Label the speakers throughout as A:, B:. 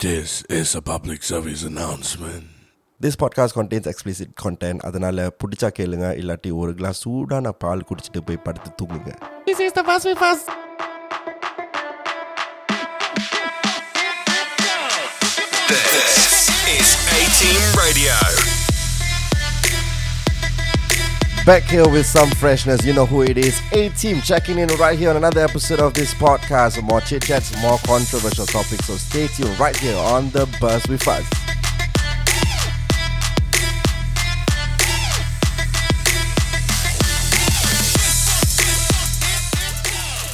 A: This is a public service announcement.
B: This podcast contains explicit content அதனால் பிடிச்சா கேளுங்க இல்லாட்டி ஒரு கிளாஸ் சூடான பால் குடிச்சிட்டு போய் படுத்து தூங்குங்க
C: This is the fast we fast.
D: This is A Team Radio.
B: Back here with some freshness, you know who it is. A team checking in right here on another episode of this podcast. More chit chats, more controversial topics, so stay tuned right here on the Buzz with Us.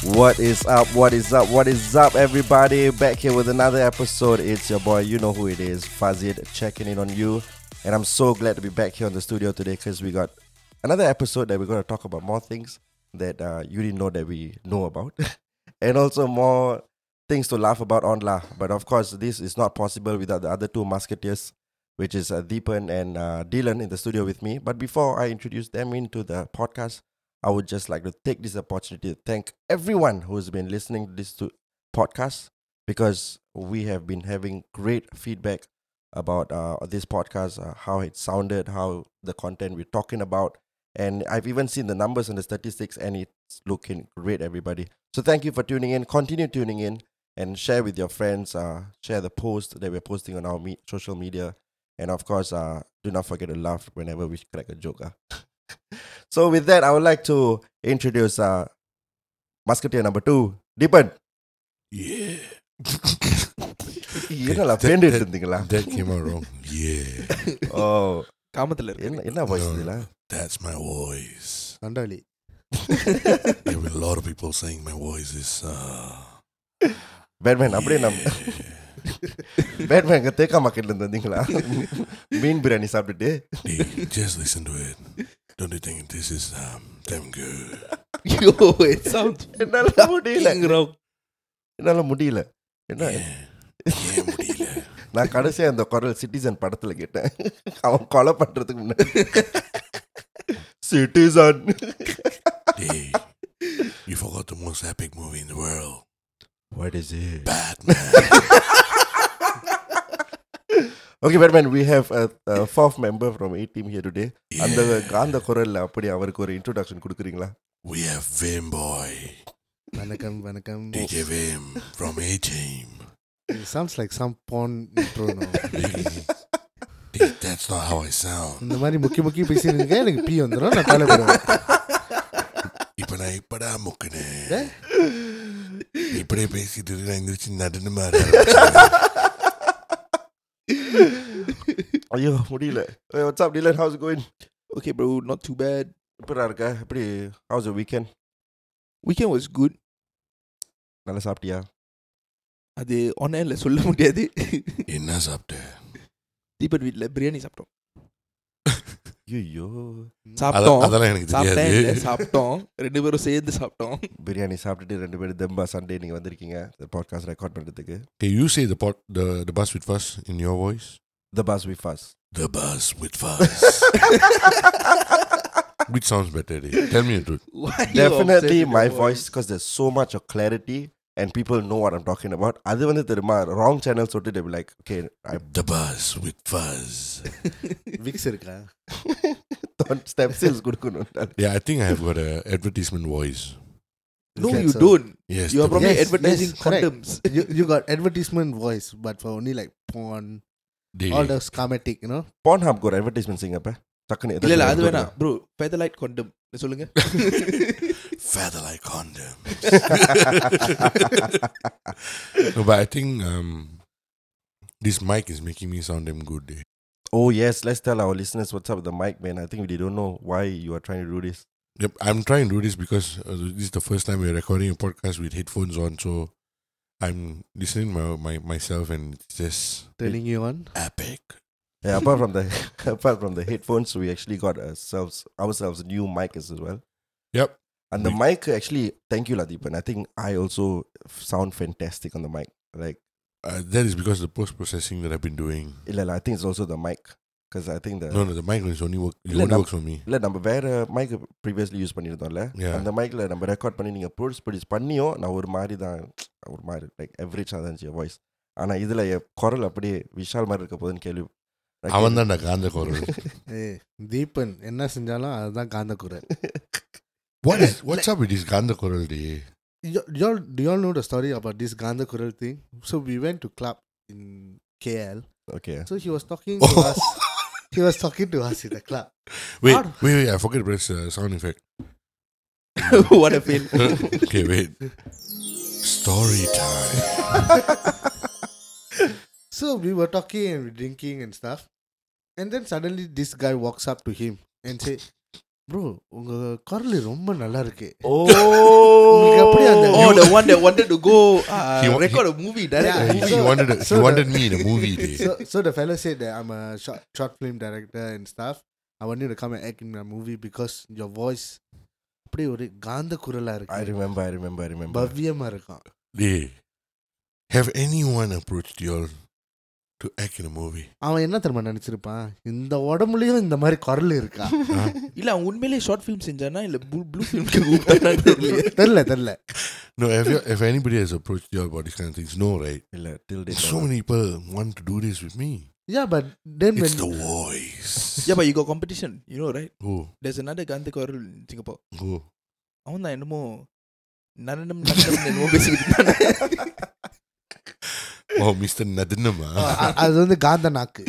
B: What is up? What is up? What is up, everybody? Back here with another episode. It's your boy, you know who it is, Fazid, checking in on you. And I'm so glad to be back here on the studio today because we got another episode that we're going to talk about more things that uh, you didn't know that we know about, and also more things to laugh about on La. But of course, this is not possible without the other two musketeers, which is uh, Deepan and uh, Dylan in the studio with me. But before I introduce them into the podcast, I would just like to take this opportunity to thank everyone who's been listening to this to podcast because we have been having great feedback about uh, this podcast, uh, how it sounded, how the content we're talking about. And I've even seen the numbers and the statistics, and it's looking great, everybody. So thank you for tuning in. Continue tuning in and share with your friends. Uh, share the post that we're posting on our me- social media. And of course, uh, do not forget to laugh whenever we crack a joke. ah. so with that, I would like to introduce uh, Musketeer number two, Deepan.
A: Yeah.
B: என்னடா
A: that-
B: பேண்டிட்டு
A: that-
B: இருந்தீங்களா
A: That came out wrong. Yeah.
B: ஓ
C: காமத்துல
B: என்ன என்ன voice
A: No,
B: இதுல
A: That's my voice.
C: நண்டாளி
A: There were a lot of people saying my voice is. Uh,
B: Batman அப்படியே நம்ம Batman இங்க தேக்கா மார்க்கெட்ல இருந்து வந்தீங்களா மீன் பிரியாணி சாப்பிட்டுட்டு
A: Hey, just listen to it. Don't you think this is um, damn good?
C: Yo it sound
B: என்னால முடியல
C: ரவ்
B: என்னால முடியல என்ன
A: Yeah, முடியல.
B: நான் கடைசியா அந்த குரல் சிட்டிசன் படத்துல கேட்டேன் அவன் கொலை பண்றதுக்கு முன்னாடி citizen
A: Hey, you forgot the most epic movie in the world.
B: What is it
A: Batman.
B: Okay Batman we have fourth member from A team here today அந்த
A: Yeah.
B: காந்த குரல்ல அப்படி அவருக்கு ஒரு இன்ட்ரோடக்ஷன் கொடுக்குறீங்களா
A: We have Vim Boy,
E: வணக்கம் வணக்கம்
A: DJ Vim from A Team.
E: Sounds like some pan intro now.
A: Hey, That's not how I sound.
E: இந்த மாதிரி முக்கி முக்கி பேசிருக்கீங்க எனக்கு பி வந்துடும் நான் காலை போடுவேன்
A: இப்ப நான் இப்படா முக்குனேன் இப்படியே பேசிட்டு இருக்கு, நான் எந்திரிச்சு நடனமா
B: ஐயோ முடியல what's up dealer how's going
C: okay bro not too bad
B: இப்படா இருக்க எப்படி how's weekend
C: weekend was good
B: நல்லா சாப்பிட்டியா
C: அது ஆன்லைன்ல சொல்ல முடியாது
A: என்ன சாப்பிட்ட
C: தீபன் வீட்ல பிரியாணி சாப்பிட்டோம்
B: ஐயோ
A: அதான்-
C: சாப்பிட்டோம்
A: அதெல்லாம் எனக்கு
C: சாப்பிட்டேன் இல்ல,
A: தெரியாது
C: சாப்பிட்டோம் ரெண்டு பேரும் சேர்ந்து சாப்பிட்டோம்
B: பிரியாணி சாப்பிட்டுட்டு ரெண்டு பேரும் தெம்பா சண்டே நீங்கள் வந்திருக்கீங்க இந்த பாட்காஸ்ட் ரெக்கார்ட் பண்ணுறதுக்கு
A: Can you say the pot, the the bus with fuss in your voice?
B: The bus with fuss
A: The bus with fuss. Which sounds better? Dey? Tell me the truth.
C: Why you
B: definitely
C: upset
B: my
C: your
B: voice because there's so much of clarity and people know what I'm talking about அது வந்து தெரியுமா wrong channel சொல்லிட்டு they be like okay I
A: The bus with fuzz.
E: Vicks இருக்கா
B: don't step sales கொடுக்கணும்
A: Yeah, I think I have got a advertisement voice.
C: no
E: Okay,
C: you
E: so-
C: don't
A: Yes,
C: you are
A: the-
C: probably
E: Yes,
C: advertising
E: yes, correct.
C: condoms
E: you you got advertisement voice but for only like porn
A: dey.
E: All thus காமெட்டிக் you know
B: பான் ஹாப்க்கு ஒரு advertisement செய்யுங்கப்ப டக்குன்னு
C: இல்ல இல்ல
B: எதாவது
C: அது
B: வருது.
C: வேணாம் bro Featherlite condom சொல்லுங்க
A: feather like condom. no, but I think um, this mic is making me sound damn good. eh. Day.
B: Oh yes, let's tell our listeners what's up with the mic, man. I think they don't know why you are trying to do this.
A: Yep, I'm trying to do this because uh, this is the first time we're recording a podcast with headphones on, so I'm listening my, my myself and it's just
E: telling you on
A: epic.
B: Yeah, Eh, apart from the apart from the headphones, we actually got ourselves ourselves new mic as well.
A: Yep.
B: And the
A: We-
B: mic actually, thank you, Ladipan. I think I also sound fantastic on the mic. Like,
A: Uh, that is because of the post processing that I've been doing.
B: இல்ல, இல்ல, I think it's also the mic because I think the
A: No, no, the mic is only work. It
B: No,
A: only
B: no.
A: works for me.
B: இல்ல நம்ம வேற mic previously use பண்ணிருந்தோம்ல
A: Yeah.
B: அந்த மைக்ல நம்ம record பண்ணி நீங்க ப்ரொடியூஸ் ப்ரொடியூஸ் பண்ணியும் நான் ஒரு மாதிரி தான் ஒரு மாதிரி லைக் எவரேஜ் தான் இருந்துச்சு வாய்ஸ் ஆனா இதுல என் குரல் அப்படியே விஷால் மாதிரி இருக்க போகுதுன்னு கேள்வி
A: அவன் தான் காந்த குரல்
E: ஏய் தீபன் என்ன செஞ்சாலும் அதுதான் காந்த குரல்
A: What is what's up with this Gandha Coral Day?
E: y'all do y'all know the story about this Gandha Kural thing? So we went to club in KL.
B: Okay
E: So he was talking to us. He was talking to us in the club.
A: Wait,
E: Out.
A: wait, wait, I forgot to press uh, sound effect.
C: what a fail.
A: okay, wait. Story time.
E: So we were talking and we drinking and stuff. And then suddenly this guy walks up to him and say, Bro, உங்க குரல் ரொம்ப நல்லா இருக்கு உங்களுக்கு எப்படி Oh. அந்த
C: Oh, the one that wanted to go uh,
A: He wa-
C: record a movie, direct
E: Yeah,
C: a
A: He,
C: movie.
A: he wanted a, he
E: so
A: wanted me in a movie day.
E: so, so the fellow said that I'm a short, short film director and stuff. I want you to come and act in my movie because your voice அப்படியே ஒரு காந்த குரலா
B: I
E: இருக்கு
B: remember I remember I remember
E: பவ்யமா இருக்கும்
A: Day. Have anyone approached y'all to act in a movie?
E: அவன் என்ன தெரியுமா நினைச்சிருப்பான் இந்த உடம்புலயும் இந்த மாதிரி குரல் இருக்கா
C: இல்ல அவன் உண்மையிலே ஷார்ட் ஃபிலிம் செஞ்சானா இல்ல ப்ளூ ஃபிலிம்க்கு கூப்பிட்டானான்னு தெரியல
E: தெரியல தெரியல
A: No, have you, if anybody has approached y'all about these kind of things, no, right?
B: இல்ல டில் டே
A: So many people want to do this with me.
E: Yeah, but then when
A: It's the voice.
C: Yeah, but you got competition, you know, right?
A: Who?
C: There's another Gandhi Kaurul in Singapore.
A: Who?
C: அவன் தான் என்னமோ நரணம் நரணம் என்னமோ பேசிக்கிட்டு இருந்தானே.
A: Oh, Mr. Nadanam. ah.
E: அ- அது வந்து காந்த நாக்கு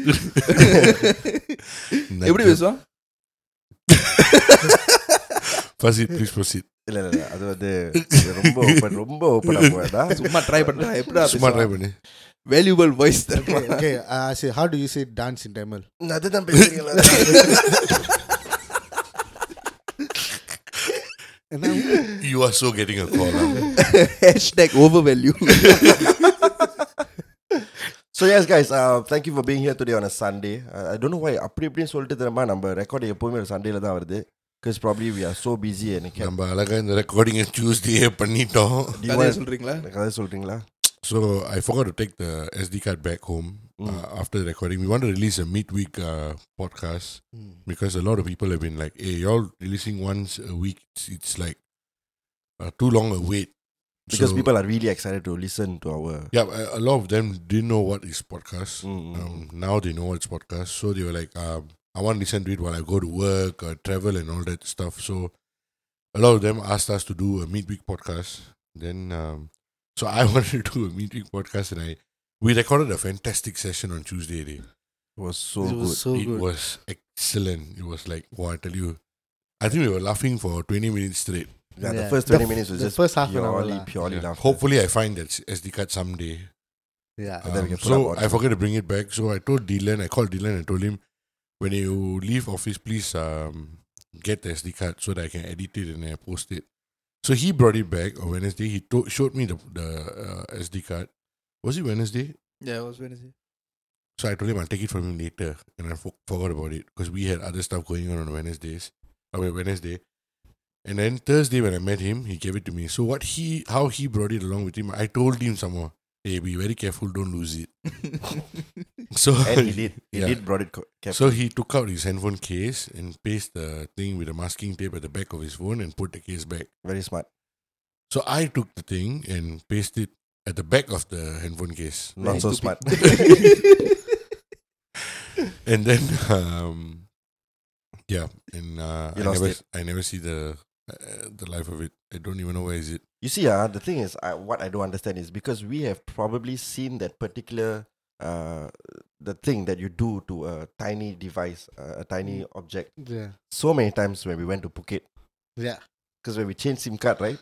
C: எப்படி
A: Nadanam.
C: பேசுவான்
A: Proceed, please proceed.
B: இல்ல இல்ல இல்ல, அது வந்து ரொம்ப ஓபன் ரொம்ப ஓபனா போடா
C: சும்மா ட்ரை பண்றா எப்படா
E: Ah,
A: Smart
C: சும்மா
A: right, Bunny.
C: வேல்யூபிள் வாய்ஸ் தருமா
E: ஓகே சரி how do you say dance in Tamil
B: அதுதான் பேசுறீங்களா
E: ஏன்னா
A: You are so getting a call. ah.
C: Hashtag over value
B: So yes guys, uh, thank you for being here today on a Sunday. Uh, I don't know why அப்படி இப்படின்னு சொல்லிட்டு தெரியுமா நம்ம record எப்பவுமே ஒரு சண்டேல தான் வருது because probably we are so busy and can
A: நம்ம அழகா இந்த ரெக்கார்டிங்கை டியூஸ்டேயே பண்ணிட்டோம்
B: Do you
C: கதையை
B: want-
C: சொல்றீங்களா
B: கதை சொல்றீங்களா
A: so I forgot to take the SD card back home
B: Mm.
A: After recording we want release a mid week podcast
B: Mm.
A: Because a lot of people have been like a all releasing once week it's like too long a wait
B: Because people are really excited to listen to our
A: Yeah, a, a lot of them didn't know what is podcast.
B: Mm, mm,
A: Um, now they know what's podcast. So they were like, um, I want to listen to it while I go to work or travel and all that stuff. So a lot of them asked us to do a midweek podcast. Then, um, so I wanted to do a midweek podcast and I we recorded a fantastic session on Tuesday. Day.
B: it was so
E: it was
B: good.
E: so
A: it
E: good.
A: was excellent. It was like, wow, I tell you, I think we were laughing for 20 minutes straight.
B: Yeah, the
E: Yeah.
B: first 20 minutes was
E: the
B: just
E: first half an hour.
B: purely,
E: lah.
B: purely laughter.
A: Hopefully, I find that SD card someday.
E: Yeah.
B: And then we
A: Um,
B: can pull
A: so
B: up
A: I forgot to bring it back. So I told Dylan, I called Dylan and told him, when you leave office, please um, get the SD card so that I can edit it and then I post it. So he brought it back on Wednesday. He to- showed me the, the uh, SD card. Was it Wednesday?
C: Yeah, it was Wednesday.
A: So I told him I'll take it from him later, and I fo- forgot about it because we had other stuff going on on Wednesdays. I mean Wednesday, and then Thursday when I met him, he gave it to me. So what he, how he brought it along with him, I told him somehow, hey, be very careful, don't lose it. so
B: And he did. He
A: Yeah.
B: did brought it. co- Kept.
A: So he took out his handphone case and pasted the thing with a masking tape at the back of his phone and put the case back.
B: Very smart.
A: So I took the thing and pasted it at the back of the handphone case.
B: Not so
C: stupid.
B: smart.
A: and then um yeah and uh,
B: You
A: I
B: lost
A: never
B: it.
A: I never see the uh, the life of it I don't even know where is it
B: You see, uh, the thing is, I, what I don't understand is because we have probably seen that particular uh, the thing that you do to a tiny device, uh, a tiny object,
E: Yeah.
B: so many times when we went to Phuket.
E: Yeah.
B: Because when we change SIM card, right,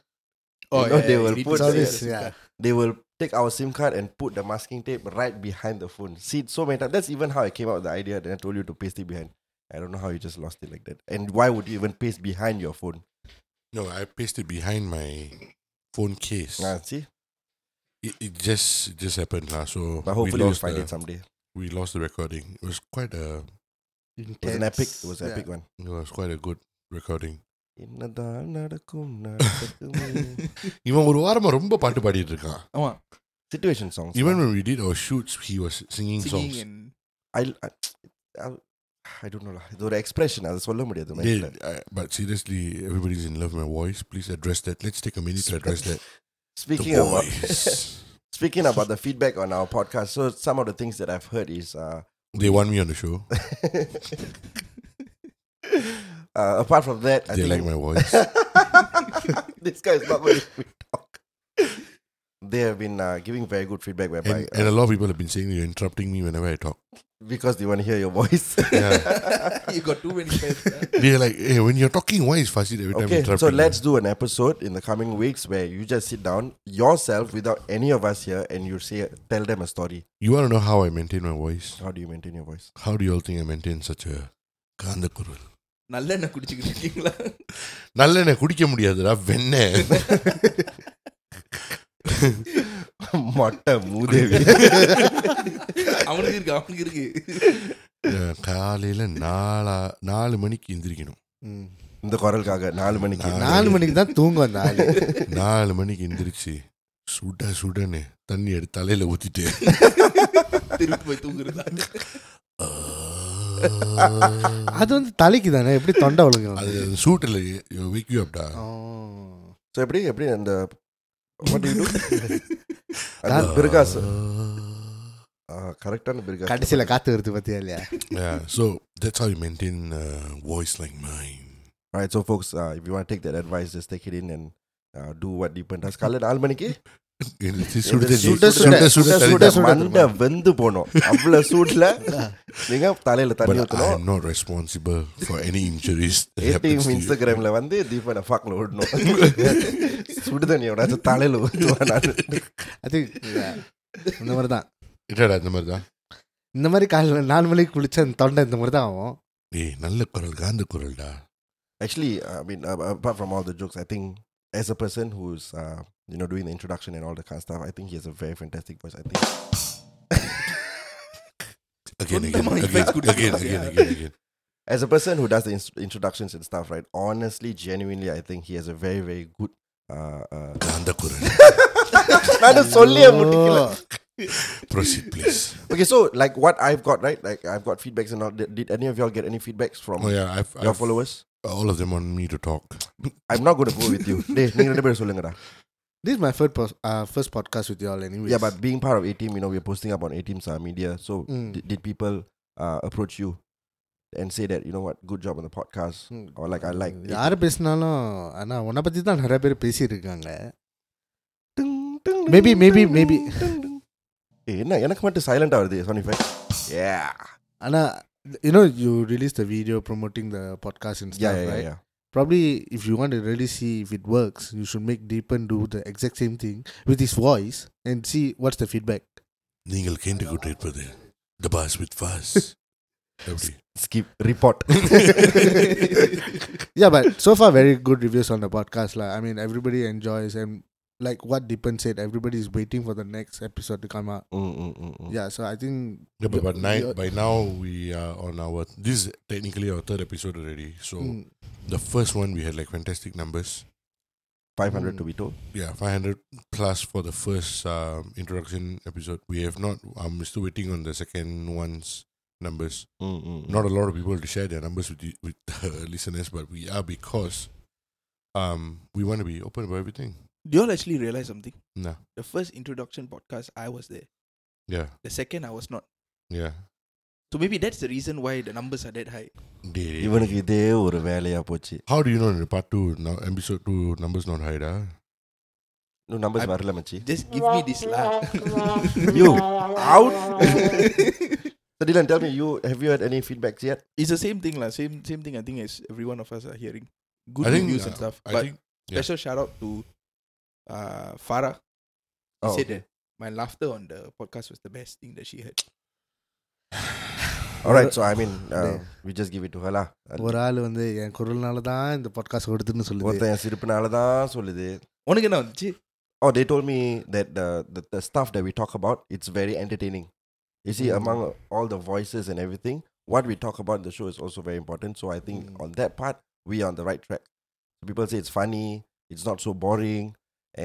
C: Oh,
B: You know, they will
C: you need
B: put
C: to
E: So
B: the-
C: say
E: this,
C: that.
E: yeah.
B: they will take our SIM card and put the masking tape right behind the phone. See, so many times. That's even how I came up with the idea. Then I told you to paste it behind. I don't know how you just lost it like that. And why would you even paste behind your phone?
A: no I pasted behind my phone case
B: Ah, see,
A: it, it just it just happened lah so
B: but hopefully
A: we
B: we'll
A: lost
B: find
A: the,
B: it someday. It
A: we lost the recording it was quite a
B: was an epic. It was an
E: Yeah.
B: epic one.
A: it was quite a good recording
B: என்னதான் நடக்கும் நடக்குமே
A: இவன் ஒரு வாரமா ரொம்ப பாட்டு பாடிட்டு இருக்கான்
C: ஆமா
B: situation songs.
A: even
B: lah.
A: when we did our shoots he was singing,
C: singing
A: songs
C: and
B: I, I, I, I don't know lah. இது ஒரு expression அது சொல்ல முடியாது
A: They-
B: mentally.
A: I- but seriously everybody's in love with my voice please address that let's take a minute to address that
B: Speaking
A: the
B: about
A: voice
B: Speaking about the feedback on our podcast, so some of the things that I've heard is uh,
A: They want me on the show.
B: uh apart from that, I
A: they
B: think
A: like my voice.
B: this guy is not going to talk. They have been uh, giving very good feedback whereby,
A: and,
B: uh,
A: and a lot of people have been saying you're interrupting me whenever I talk.
B: because they want to hear your voice.
A: Yeah.
C: you got too many fans.
A: They're like, hey, when you're talking, why is Fasid every time
B: okay,
A: interrupting?
B: so let's
A: me?"
B: do an episode in the coming weeks where you just sit down yourself without any of us here and you say tell them a story.
A: You want to know how I maintain my voice?
B: How do you maintain your voice?
A: How do you all think I maintain such a காந்த குரல்
C: நல்லெண்ணெய் குடிச்சுக்கிட்டு இருக்கீங்களா
A: நல்லெண்ணெய் குடிக்க முடியாதுடா வெண்ணெய்
B: மொட்டை மூதேவி
C: அவனுக்கு இருக்கு அவனுக்கு இருக்கு
A: அஹ், காலையில நாலா நாலு மணிக்கு எந்திரிக்கணும்
E: ம்.
B: இந்த குரலுக்காக நாலு மணிக்கு
E: Mm. நாலு மணிக்கு தான் தூங்கும் அந்த ஆளு
A: நாலு மணிக்கு எந்திரிச்சு சுட சுடன்னு தண்ணி எடுத்து தலையில ஊத்திட்டு
C: திருப்பி போய் தூங்குறதா
A: அஹ்,
E: அது வந்து தலைக்கு தானே எப்படி தொண்டை
A: அது
E: ஒழுங்கு
A: சூட்டில் விக்கு அப்படிடா
B: ஸோ எப்படி எப்படி அந்த what do you do? அது பிறகாஸ் கரெக்டான பிறகாஸ்
E: கடைசியில காத்து வருது பத்தியா இல்லையா
A: Yeah, so that's how you maintain a voice like mine.
B: Alright, so folks, uh, if you want to take that advice, just take it in and uh, do what Deepan does. Kala நாலு மணிக்கு
A: எந்திரிச்சு சுடு
B: இந்த
A: தண்ணி-
B: சுட சுட
A: சுட சுட தண்ணி
B: சுட
A: தான்.
B: சுட மண்டை வெந்து போனோம் அவ்வளவு சூட்ல நீங்க தலையில தண்ணி
A: But I
B: ஊத்தணும்
A: am not responsible for any injuries. that happens
B: ATM
A: to you.
B: இன்ஸ்டாகிராம்ல வந்து தீபனை ஃபாக்ல விடணும் சுடு தண்ணியோட அது தலையில ஊத்துவான் நானு.
E: அது இந்த மாதிரி தான்
A: இல்லடா, இந்த மாதிரி தான்.
E: இந்த மாதிரி காலையில் நாலு மணிக்கு குளிச்சா அந்த தொண்டை இந்த மாதிரி தான் ஆகும்
A: டேய், நல்ல குரல் காந்த குரல்டா
B: Actually, I mean, uh, apart from all the jokes, I think as a person who's uh, you know doing the introduction and all that kind of stuff, I think he has a very fantastic voice. I think
A: Again, again,
C: சொந்தமா
A: again,
C: effects கொடுத்து
A: again, again, again, again.
B: as a person who does the ins- introductions and stuff, right? Honestly, genuinely, I think he has a very very good. Uh, uh,
A: காந்த குரல்.
B: நானும் சொல்லியே முடிக்கல.
A: Proceed, please.
B: okay, so like what I've got, right? Like I've got feedbacks and all. Did, did any of y'all get any feedbacks from
A: Oh, yeah, I've-
B: your
A: I've-
B: followers?
A: all of them want me to talk.
B: I'm not going to go with you. Dey, நீங்க ரெண்டு பேரும் சொல்லுங்கடா.
E: This is my first pos- uh, first podcast with y'all, anyways.
B: Yeah, but being part of A Team, you know, we're posting up on A Team's uh, media. So
E: Mm.
B: did, did people uh, approach you and say that you know what, good job on the podcast,
E: Mm.
B: or like I like it?
E: யார் பேசினாலும் ஆனா உன்னை பத்தி தான் நிறைய பேர் பேசியிருக்காங்க
B: Ding, ding,
E: Maybe,
B: ding,
E: maybe,
B: ding,
E: maybe.
B: ding, ding. ஏய், Eh, என்ன எனக்கு மட்டும் சைலண்டா வருது சோனி ஃபைவ் யா
E: ஆனா you know you release the video promoting the podcast in
B: ya
E: stuff
B: ya
E: right
B: ya
E: probably if you want really see if it works you should make Deepan do the exact same thing with his voice and see what's the feedback
A: நீங்கள் கேட்டுக்கொண்டிருப்பது The Bus with Fuzz. அப்படி.
B: Skip report
E: yeah, but so far very good reviews on the podcast. Like, I mean, everybody enjoys and like what Deepan said, everybody is waiting for the next episode to come out.
B: Mm,
E: Yeah, so I think
A: Yeah, but, but ni-
E: Yeah.
A: by now we are on our this is technically our third episode already. So
B: Hmm.
E: mm,
A: the first one we had like fantastic numbers.
B: Five hundred to video
A: yeah 500 plus for the first um, introduction episode we have not i'm still waiting on the second one's numbers
B: Hmm,
A: not a lot of people to share their numbers with you, with the listeners but we are because um we want to be open about everything
C: Do you all actually realize something?
A: no
C: The first introduction podcast, I was there.
A: yeah
C: The second, I was not.
A: yeah
C: So maybe that's the reason why the numbers are that high.
A: Dey, dey,
B: இவனுக்கு
A: dey.
B: இதே ஒரு வேலையா போச்சு
A: how do you know in the part two now episode two numbers not high ah?
B: இன்னும் numbers வரல மச்சி
C: Just give me this lah.
B: You out So Dylan, tell me, you have you had any feedbacks yet?
C: it's the same thing lah. Same same thing. I think as every one of us are hearing good
A: I think,
C: reviews
A: uh,
C: and stuff.
A: I
C: but
A: think- yeah.
C: special shout out to uh Farah. He
B: Oh,
C: said that my laughter on the podcast was the best thing that she had.
B: All right, so I mean, uh,
E: Yeah.
B: we just give it to her lah.
E: ஒரு ஆள் வந்து என் குரல்னால தான் இந்த podcast கொடுத்துன்னு சொல்லுது
B: ஒருத்தன் என் சிரிப்புனால தான் சொல்லுது
C: உனக்கு என்ன வந்துச்சு
B: Oh, they told me that the, the, the stuff that we talk about, it's very entertaining. You
A: Mm.
B: see, among all the voices and everything, what we talk about in the show is also very important. So I think
A: Mm.
B: on that part, we are on the right track. People say it's funny, it's not so boring.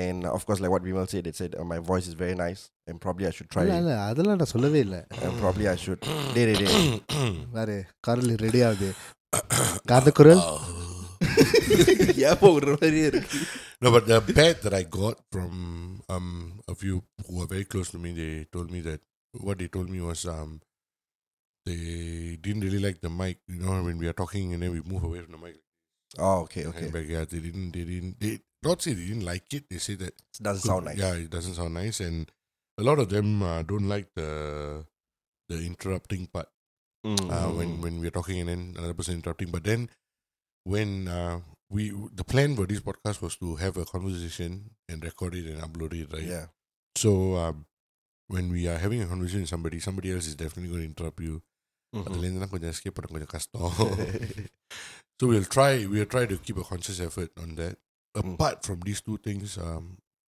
B: And of course, like what Vimal said, they said, uh, my voice is very nice and probably I should try
E: இல்ல
B: it.
E: இல்ல அதெல்லாம் நான் சொல்லவே இல்லை
B: And probably I should. Dey, dey, dey.
E: வேறு குரல் ready ஆகுது காந்த குரல்
A: Oh.
C: ஏப்பா ஒரு மாதிரியே இருக்கு
A: No, but the bet that I got from um a few who are very close to me, they told me that what they told me was um they didn't really like the mic. You know, when we are talking and then we move away from the mic,
B: Oh, okay, okay.
A: hand back, yeah, they didn't, they didn't, they not say they didn't like it. They say that
B: It doesn't sound nice.
A: yeah, it doesn't sound nice, and a lot of them uh, don't like the the interrupting part
B: Mm.
A: uh, when when we're talking and then another person interrupting. But then when uh, we the plan for this podcast was to have a conversation and record it and upload it, right?
B: yeah.
A: So um, when we are having a conversation with somebody, somebody else is definitely going to interrupt you.
B: Mhm.
A: அதுல இருந்துலாம் கொஞ்சம் escape பண்ண கொஞ்சம் கஷ்டம். so we'll try we'll try to keep a conscious effort on that.
B: Mm.
A: Apart from these two things, um,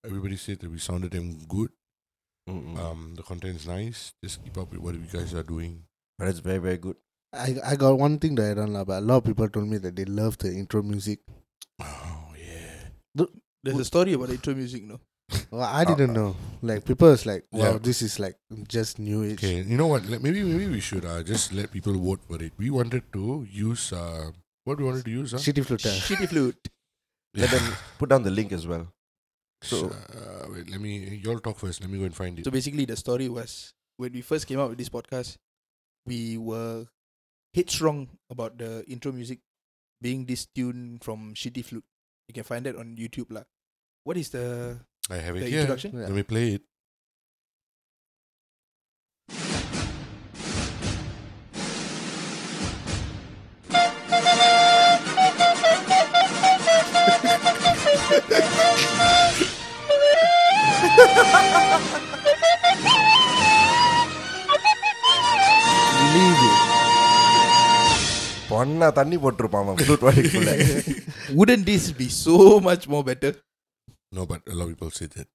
A: everybody said that we sounded them good.
B: Mm-mm.
A: Um, the content is nice. Just keep up with what you guys are doing.
B: but it's very, very good.
E: I, I got one thing to add on, lah, but a lot of people told me that they love the intro music.
A: Oh yeah.
C: There's a story about intro music, no?
E: Well, I didn't know. Like, people was like, wow,
A: Yeah.
E: this is like just new age.
A: Okay, you know what? Let, maybe maybe we should uh, just let people vote for it. We wanted to use uh, what we wanted to use. Huh?
E: Shitty flutter.
C: Shitty flute.
B: Let them put down the link as well.
A: So uh, wait, let me. Y'all talk first. Let me go and find it.
C: So basically, the story was when we first came out with this podcast, we were headstrong about the intro music being this tune from Shitty Flute. You can find that on YouTube, lah. What is the
A: I have it
C: the
A: here.
C: introduction?
A: Let me play it.
B: பொண்ணா தண்ணி போட்டிருப்பான் flute வாடிக்குள்ள
C: Wouldn't this be so much more better?
A: No, but a lot of people say that.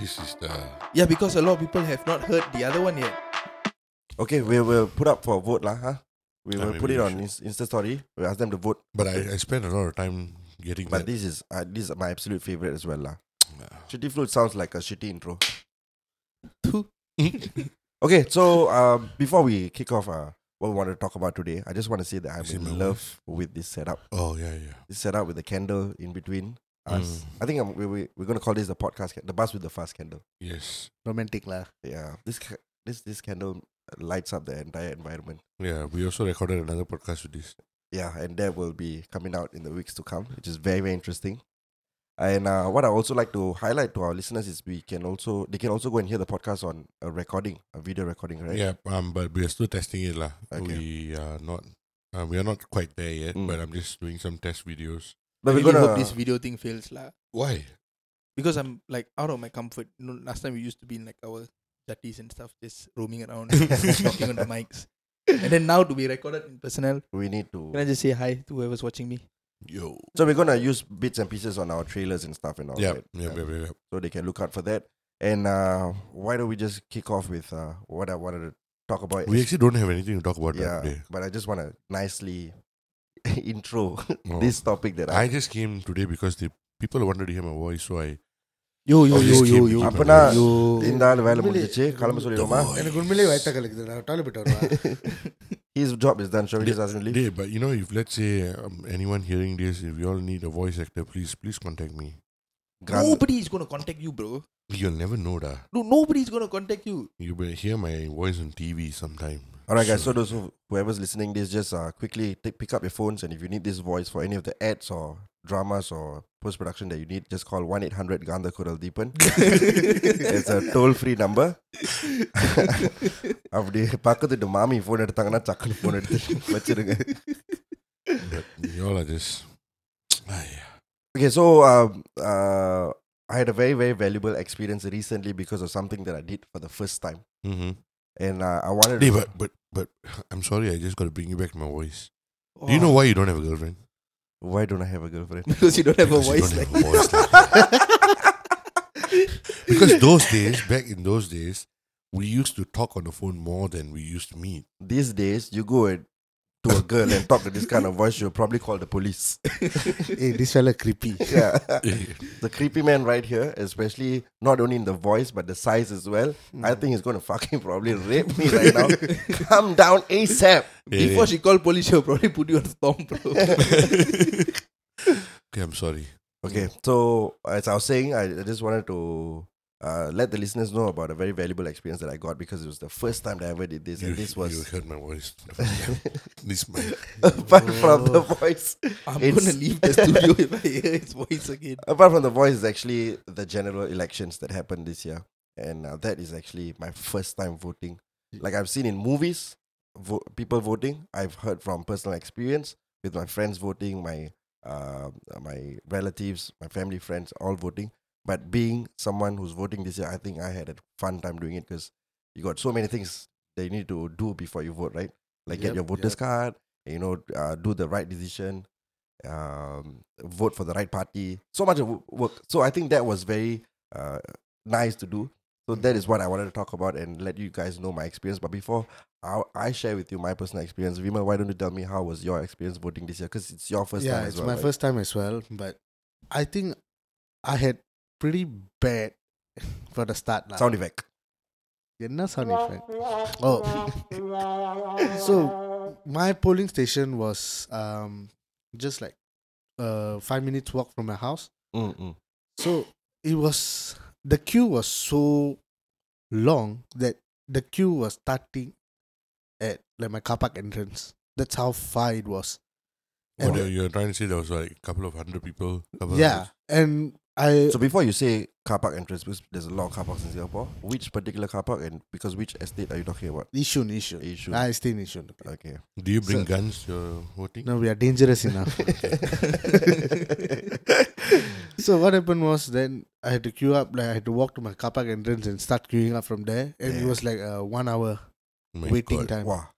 A: This is the
C: Yeah, because a lot of people have not heard the other one yet.
B: Okay, we will put up for a vote lah, huh? We
A: Yeah,
B: will
A: maybe
B: put it
A: we
B: on Inst- Insta story. We ask them to vote.
A: but I, I spent a lot of time getting
B: But
A: that.
B: this is uh, this is my absolute favorite as well lah.
A: Ah.
B: Shitty flute sounds like a shitty intro.
C: Two.
B: Okay, so um, before we kick off uh, what we want to talk about today, I just want to say that I'm
A: See my
B: in love with this setup.
A: oh yeah, yeah.
B: This setup with the candle in between us.
A: Mm.
B: I think I'm, we, we, we're going to call this the podcast, ca- the bus with the fast candle.
A: Yes.
E: Romantic, lah.
B: Yeah, this ca- this this candle lights up the entire environment.
A: Yeah. We also recorded another podcast with this.
B: Yeah, and that will be coming out in the weeks to come, which is very very interesting. And uh, what I also like to highlight to our listeners is we can also they can also go and hear the podcast on a recording, a video recording, right?
A: Yeah. Um. But we are still testing it, lah.
B: Okay.
A: We are not. Uh, we are not quite there yet.
B: Mm.
A: But I'm just doing some test videos.
B: But
C: I
B: we're
C: really
B: gonna
C: hope this video thing fails, lah.
A: Why?
C: Because I'm like out of my comfort. You know, last time we used to be in like our jatties and stuff, just roaming around, talking on the mics. And then now to be recorded in personnel.
B: we need to.
C: Can I just say hi to whoever's watching me?
A: Yo.
B: So we're gonna use bits and pieces on our trailers and stuff and all
A: Yeah.
B: that.
A: Yeah. Yeah. Yeah.
B: So they can look out for that. And uh, why don't we just kick off with uh, what I wanted to talk about?
A: We actually don't have anything to talk about that
B: Uh, yeah,
A: today.
B: but I just want to nicely intro
A: No.
B: this topic that I.
A: Oh. I just came today because the people wanted to hear my voice, so I
E: Yo, yo,
A: I just
E: yo,
A: came
E: yo,
A: to
E: yo.
A: keep my
B: அப்பனா-
A: voice.
E: Yo.
B: இந்த ஆள் வேலை முடிஞ்சிச்சு கிளம்ப சொல்லிடுமா
E: எனக்கு உண்மையிலேயே வயத்த கலக்குது நான் டாய்லெட் போயிட்டு வருவேன்
B: His job is done. Shall we just ask him to leave?
A: Dey, but you know, if let's say um, anyone hearing this, if you all need a voice actor, please please contact me.
B: Grant-
C: Nobody is gonna contact you, bro.
A: You'll never know that.
C: No, nobody is gonna contact you.
A: You will hear my voice on TV sometime.
B: All right, guys. So those who, whoever's listening, this just uh, quickly take, pick up your phones, and if you need this voice for any of the ads or dramas or post production that you need, just call one eight hundred Gandha Kural Deepan. it's a toll free number. அப்படி பக்கத்து மாமி phone எடுத்தாங்கன்னா சக்குன்னு phone எடுத்து வச்சிருங்க
A: But you all are just. ah, Aiya.
B: Okay, so um, uh, I had a very, very valuable experience recently because of something that I did for the first time.
A: Mm-hmm.
B: And uh, I wanted
A: Dey, but, but, but I'm sorry, I just got to bring you back to my voice. Do
C: Oh.
A: you know why you don't have a girlfriend?
B: Why don't I have a girlfriend?
C: Because you don't have a
A: Because you
C: voice.
A: don't
C: Like,
A: have a voice like- because those days, back in those days, we used to talk on the phone more than we used to meet.
B: These days, you go and to a girl and talk with this kind of voice, she'll probably call the police.
E: hey, this fella creepy.
B: Yeah.
A: Eh,
B: the creepy man right here, especially not only in the voice but the size as well. I think he's gonna fucking probably rape me right now. Come down ASAP.
A: eh,
C: Before she called police, she'll probably put you on storm, bro.
A: okay, I'm sorry.
B: Okay, so as I was saying, I I just wanted to uh, let the listeners know about a very valuable experience that I got because it was the first time that I ever did this,
A: You,
B: and this
A: you
B: was
A: heard my voice. the first time. this mic.
B: apart from the voice.
C: I'm
B: It's-
C: gonna leave the studio if I hear his voice again.
B: Apart from the voice, is actually the general elections that happened this year, and uh, that is actually my first time voting. Like I've seen in movies, vo- people voting. I've heard from personal experience with my friends voting, my uh, my relatives, my family friends, all voting. But being someone who's voting this year, I think I had a fun time doing it because you got so many things that you need to do before you vote, right? Like get
E: Yep,
B: your voters
E: yep.
B: card, you know, uh, do the right decision, um, vote for the right party. So much of wo- work. So I think that was very uh, nice to do. So that is what I wanted to talk about and let you guys know my experience. But before I, I share with you my personal experience, Vimal, why don't you tell me how was your experience voting this year? Because it's your first
E: yeah,
B: time as
E: it's
B: well.
E: my
B: right?
E: first time as well. But I think I had pretty bad for the start. lah.
B: sound effect.
E: என்ன sound effect? Oh. so my polling station was um just like uh five minutes walk from my house.
B: Mm-mm.
E: So it was the queue was so long that the queue was starting at like my car park entrance. That's how far it was.
A: What
E: And-
A: are you trying to say? There was like a couple of hundred people. couple of
E: yeah,
A: hundred-
E: and I
B: So before you say car park entrance, because there's a lot of car parks in Singapore, which particular car park and because which estate are you talking about?
E: Yishun, Yishun.
B: Yishun.
E: I stay in Yishun.
B: Okay.
A: Do you bring
E: So-
A: guns to your voting?
E: No, we are dangerous enough. so what happened was then I had to queue up, like I had to walk to my car park entrance and start queuing up from there, and it
B: Yeah.
E: was like a one hour
A: Oh my
E: waiting
A: God.
E: time.
B: Wow.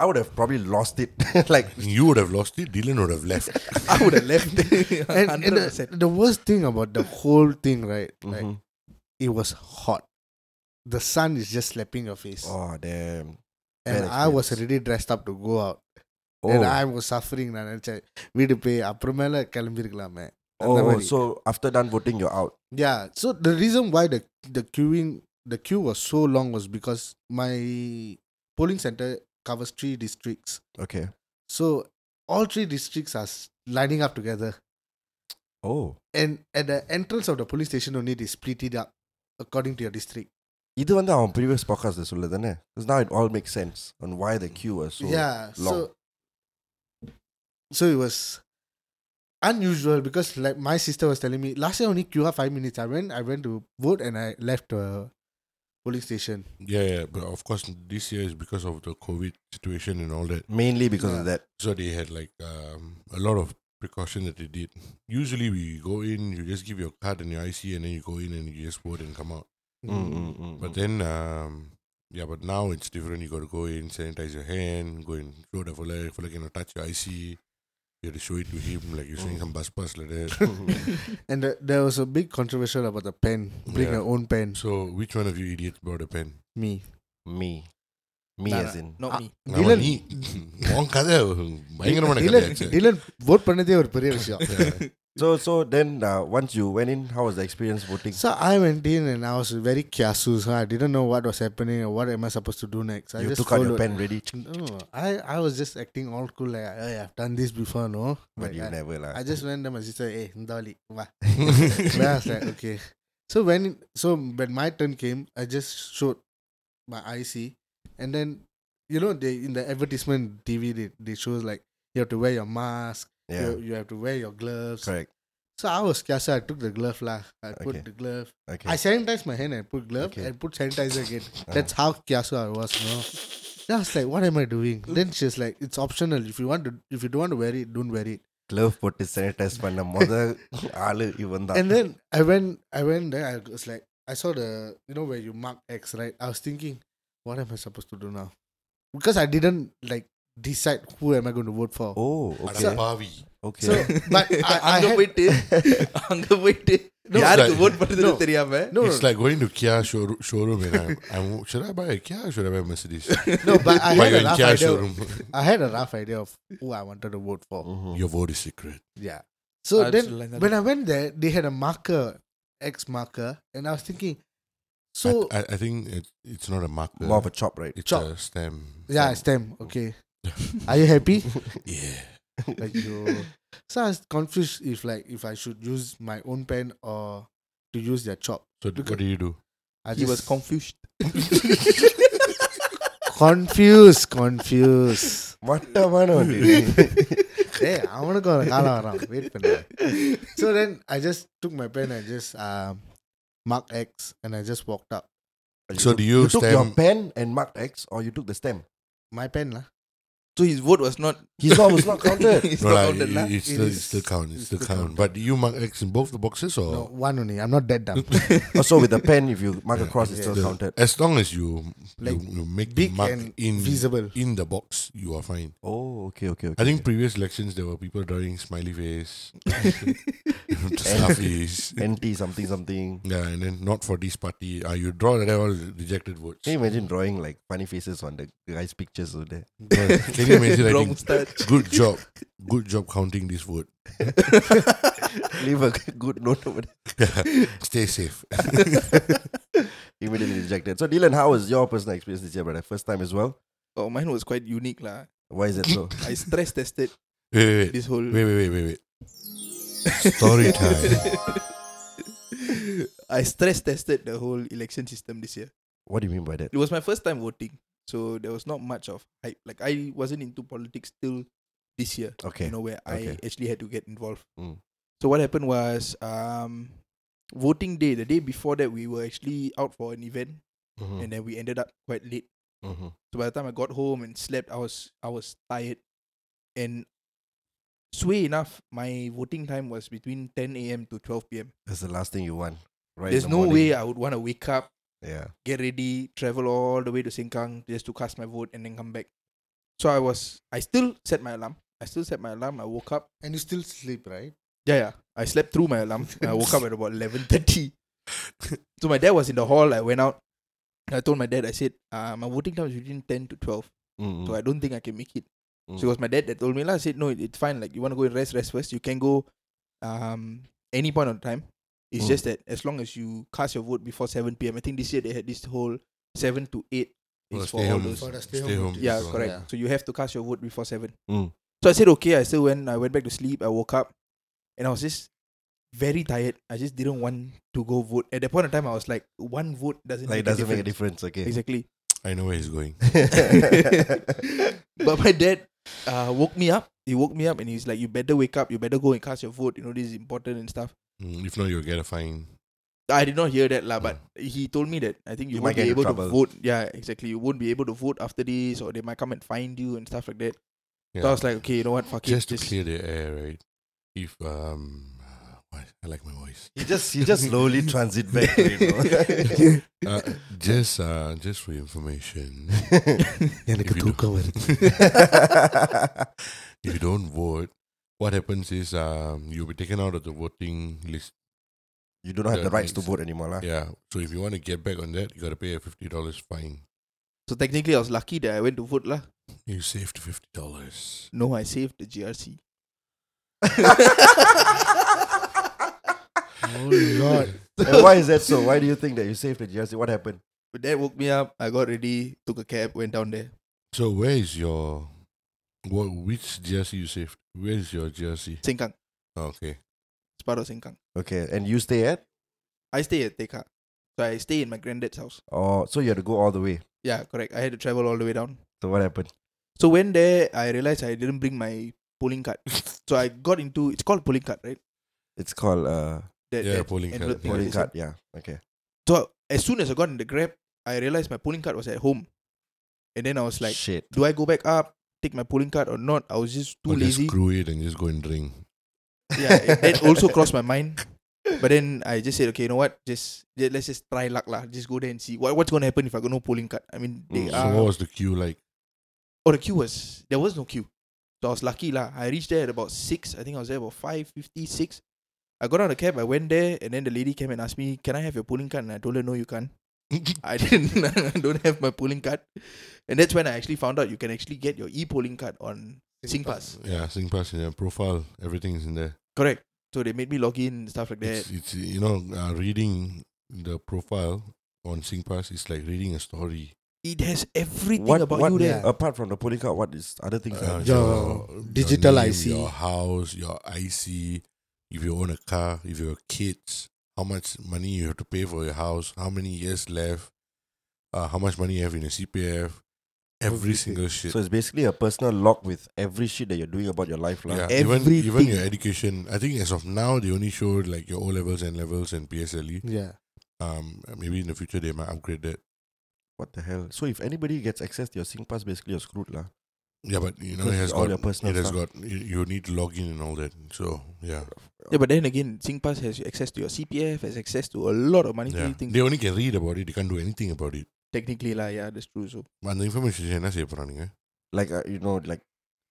B: I would have probably lost it. like
A: You would have lost it. Dylan would have left.
C: I would have left.
E: And, uh, and
C: Hundred
E: the,
C: percent.
E: the worst thing about the whole thing, right? Like
B: Mhm.
E: it was hot. The sun is just slapping your face,
B: Oh damn. bad
E: and I was
B: experience.
E: already dressed up to go out,
B: Oh,
E: and I was suffering. நான் நினைச்சேன் வீடு போய் அப்புறமேல கிளம்பிருக்கலாமே அந்த
B: oh
E: மாதிரி.
B: so after done voting you're out.
E: Yeah. So the reason why the the queuing the queue was so long was because my polling center covers three districts.
B: Okay.
E: So all three districts are s- lining up together,
B: Oh.
E: and at the entrance of the police station, only they split it up according to your district.
B: இது வந்து அவன் previous பாட்காஸ்ட்ல சொல்ல தானே because now it all makes sense on why the queue was so
E: yeah.
B: long.
E: So so it was unusual because like my sister was telling me last year only queue up five minutes. I went I went to vote and I left uh, polling station.
A: Yeah, yeah, but of course, this year is because of the COVID situation and all that.
B: mainly because of that
A: So they had like um, a lot of precaution that they did. Usually, we go in, you just give your card and your IC, and then you go in and you just vote and come out.
B: mm, mm, mm,
A: But
B: mm.
A: then, um, yeah, but now it's different. You got to go in, sanitize your hand, go and show the fella, fella cannot touch your IC. You have to show it to him like you're showing some bus pass like that.
E: And the, there was a big controversial about the pen. Bring
A: Yeah.
E: your own pen.
A: so, which one of you idiots brought a pen?
E: Me.
B: me me
C: Nah,
B: as in
C: nah, Not me.
E: Dylan,
A: உன் கதை பயங்கரமான கதை
E: Dylan,
A: ஆச்சு.
E: Dylan vote பண்ணதே ஒரு பெரிய விஷயம்.
B: so so then uh, once you went in how was the experience voting
E: So I went in and I was very kiasu. So I didn't know what was happening or what am I supposed to do next. I
B: you
E: just
B: took out your
E: followed.
B: pen ready
E: No, I, I was just acting all cool like hey, I've done this before, no.
B: but
E: Like,
B: you
E: I,
B: never lah
E: I just went to my sister. Hey, Ndali, wah. then I was like, okay. So when so when my turn came, I just showed my IC, and then you know they in the advertisement TV they they shows like you have to wear your mask,
B: yeah
E: you, you have to wear your gloves.
B: correct
E: So I was kiasa. I took the glove lah. I
B: Okay.
E: put the glove.
B: okay
E: I sanitized my hand. I put glove.
B: Okay.
E: I put sanitizer again.
A: Uh-huh.
E: That's how kiasu I was. No. Then I was like, what am I doing? Then she's like, it's optional. If you want to, if you don't want to wear it, don't wear it.
A: Uh-huh.
B: glove போட்டு sanitize பண்ண முத ஆளு இவன் தான்
E: And then I went, I went there. I was like, I saw the, you know, where you mark X, right? I was thinking, what am I supposed to do now? Because I didn't like decide who am I going to vote for.
B: Oh, okay.
A: அடப்பாவி.
B: okay.
E: So, but I, I
C: அங்க
E: had,
C: போயிட்டு அங்க போயிட்டு
A: No,
C: யாருக்கு
A: like-
C: eh? vote பண்றதுன்னு
E: No.
C: தெரியாம
E: no, no,
A: It's like going to Kia show, showroom and I'm, I'm, should I buy a Kia or should I buy a Mercedes?
E: no, but I
A: But
E: had
A: you're
E: a
A: in
E: rough
A: Kia
E: idea.
A: showroom.
E: I had a rough idea of who I wanted to vote for.
B: Mhm.
A: Your vote is secret.
E: Yeah. So
C: I'd
E: then,
C: like that.
E: when I went there, they had a marker, X marker, and I was thinking, so
A: I, I, I think it, it's not a marker.
B: More of a chop, right?
A: it's
E: chop.
A: a stem.
E: yeah, it's them. Okay, are you happy?
A: Yeah.
E: like you. So I was confused if like if I should use my own pen or to use their chop.
A: So what do you do?
E: I
C: he was
E: just-
C: confused
E: confused, confused.
B: மட்டமான வண்டி.
E: hey, அவனுக்கு ஒரு காலம் வரும் wait பண்ணு so then I just took my pen I just mark X and I just walked up
A: So do you
B: You took your
A: stem?
B: pen and marked X, or you took the stem.
E: My பென்ல
C: so his vote was not
B: His one was not counted.
C: It's
A: No,
C: not
A: like,
C: counted
A: it,
C: lah.
A: it, still, it still count. It still count. But do you mark X in both the boxes or?
E: no one only I'm not that dumb
B: Also, Oh, with the pen, if you mark a cross, it's
E: Yeah.
B: still
A: The-
B: counted.
A: As long as you
E: Like,
A: you, you make the
E: big
A: mark
E: and
A: in
E: visible
A: in the box, you are fine.
B: Oh, okay, okay, okay.
A: I think previous elections there were people drawing smiley face, stuffies.
B: NT something something.
A: Yeah, and then not for this party. Uh, you draw that all rejected votes.
B: Can you imagine drawing like funny faces on the guys' pictures over there?
A: Well, Can you imagine
C: Draw
A: writing,
C: moustache.
A: good job, good job counting this vote.
B: Leave a good note over there.
A: Stay safe.
B: Immediately rejected. So, Dylan, how was your personal experience this year, brother? First time as well.
C: oh mine was quite unique lah
B: Why is that so?
C: I stress tested
A: Wait, wait, wait,
C: this whole
A: wait, wait, wait, wait, wait. Story time.
C: I stress tested the whole election system this year
B: What do you mean by that?
C: it was my first time voting, so there was not much of hype. Like I wasn't into politics till this year,
B: Okay.
C: you know, where
B: Okay.
C: I actually had to get involved.
B: Mm.
C: So what happened was, um, voting day, the day before that, we were actually out for an event,
B: Mhm,
C: and then we ended up quite late.
B: mhm.
C: So by the time I got home and slept, I was I was tired, and sway enough, my voting time was between 10 a.m. to 12 p.m.
B: That's the last thing you want. Right?
C: There's
B: in the
C: no
B: morning.
C: way I would want to wake up
B: Yeah.
C: get ready, travel all the way to Sengkang just to cast my vote and then come back. So I was, I still set my alarm. I still set my alarm. I woke up.
E: and you still sleep right
C: Yeah, yeah. I slept through my alarm. I woke up at about eleven thirty. so my dad was in the hall. I went out. I told my dad. I said, uh, my voting time is between ten to twelve,
A: Mm-hmm.
B: Mm,
C: so I don't think I can make it. So
B: mm.
C: it was my dad that told me. lah. I said, no, it- it's fine. Like you want to go and rest, rest first. You can go, um, any point of time. It's
B: Mm.
C: just that as long as you cast your vote before seven p.m. I think this year they had this whole seven to eight.
A: Well,
C: is
A: stay
C: all
A: home.
C: those-
E: for the stay
A: Stay home.
E: home
C: yeah,
A: Yes, well,
C: correct.
E: yeah.
C: So you have to cast your vote before seven.
B: Mm.
C: So I said okay. I still went. I went back to sleep. I woke up, and I was just very tired. I just didn't want to go vote. At that point in time, I was like, one vote doesn't
B: Like,
C: make
B: it doesn't
C: a
B: make a
C: difference.
B: difference. Okay.
C: Exactly.
A: I know where he's going.
C: But my dad uh, woke me up. He woke me up, and he's like, "You better wake up. You better go and cast your vote. You know this is important and stuff."
A: Mm, If not, you'll get a fine.
C: I did not hear that lah, but he told me that I think you,
B: Mm. You
C: won't
B: might get
C: be
B: into
C: able to
B: trouble.
C: vote. Yeah, exactly. You won't be able to vote after this, or they might come and find you and stuff like that. So I
A: Yeah.
C: was like, okay, you know what? Fuck
A: Just
C: it.
A: to clear the air, right? If um, what? I like my voice.
B: He just he just slowly transit back. to it, you know.
A: Uh, just uh, just for your information, If
E: எனக்கு
A: you do.
E: தூக்கம் வருது
A: if you don't vote, what happens is um, you'll be taken out of the voting list.
B: you do not have
A: Yeah,
B: the rights to
A: makes-
B: vote anymore,
E: Ah.
B: lah.
A: Yeah. So if you want to get back on that, you gotta pay a fifty dollars fine.
C: So technically, I was lucky that I went to vote lah.
A: You saved fifty dollars.
C: No, I saved the GRC.
E: oh lord
B: And why is that so? Why do you think that you saved the GRC? What happened?
C: But that woke me up. I got ready, took a cab, went down there.
A: So where is your what? Which GRC you saved? Where is your GRC?
C: Sengkang.
A: Okay.
C: It's part of Sengkang.
B: Okay, and you stay at?
C: I stay at Tekka. So I stay in my granddad's house.
B: Oh, so you had to go all the way.
C: Yeah, correct. I had to travel all the way down.
B: So what happened?
C: So when there, I realized I didn't bring my polling card. so I got into, it's called polling card, right?
B: It's called uh
C: That,
A: Yeah,
C: that
A: polling card,
C: envelope thing.
B: boarding card. Yeah. Okay.
C: So as soon as I got in the Grab, I realized my polling card was at home. And then I was like,
B: shit.
C: do I go back up, take my polling card or not? I was just too
A: Or just
C: lazy.
A: screw it and just go and drink.
C: yeah, that also crossed my mind. But then I just said, okay, you know what? Just yeah, let's just try luck lah. Just go there and see what, what's going to happen if I got no polling card. I mean, they
B: Mm.
A: so what
C: are.
A: was the queue like?
C: Oh Oh, the queue was there was no queue, so I was lucky lah. I reached there at about six. I think I was there about five fifty six. I got out of the cab. I went there, and then the lady came and asked me, "Can I have your polling card?" And I told her, "No, you can't. I didn't. I don't have my polling card." And that's when I actually found out you can actually get your e polling card on SingPass.
A: yeah, SingPass in their profile, everything is in there.
C: Correct. So they made me log in and stuff like that.
A: It's, it's you know, uh, reading the profile on SingPass is like reading a story.
C: It has everything
B: What,
C: about
B: what
C: you there.
E: yeah.
B: apart from the polling card, what is other things?
A: Uh,
B: that-
E: your digital IC.
A: your house, your IC, if you own a car, if you have kids, how much money you have to pay for your house, how many years left, uh, how much money you have in your CPF, every
E: Everything.
A: single shit.
B: So it's basically a personal log with every shit that you're doing about your life, lah.
A: yeah, even even
C: everything.
A: your education. I think as of now, they only show like your O levels and levels and PSLE.
E: Yeah.
A: E. Um, maybe in the future they might upgrade that.
B: What the hell? So if anybody gets access to your SingPass, basically you're screwed, lah.
A: Yeah, but you know it
B: Because
A: has
B: it's all
A: got
B: your personal
A: it has
B: stuff.
A: got you, you need to log in and all that. So yeah,
C: Yeah, but then again, SingPass has access to your CPF, has access to a lot of money
A: yeah.
C: things.
A: They only can read about it. They can't do anything about it.
C: Technically, lah, yeah, that's true. So
A: அந்த information என்ன செய்ய போறானுங்க
B: Like uh, you know, like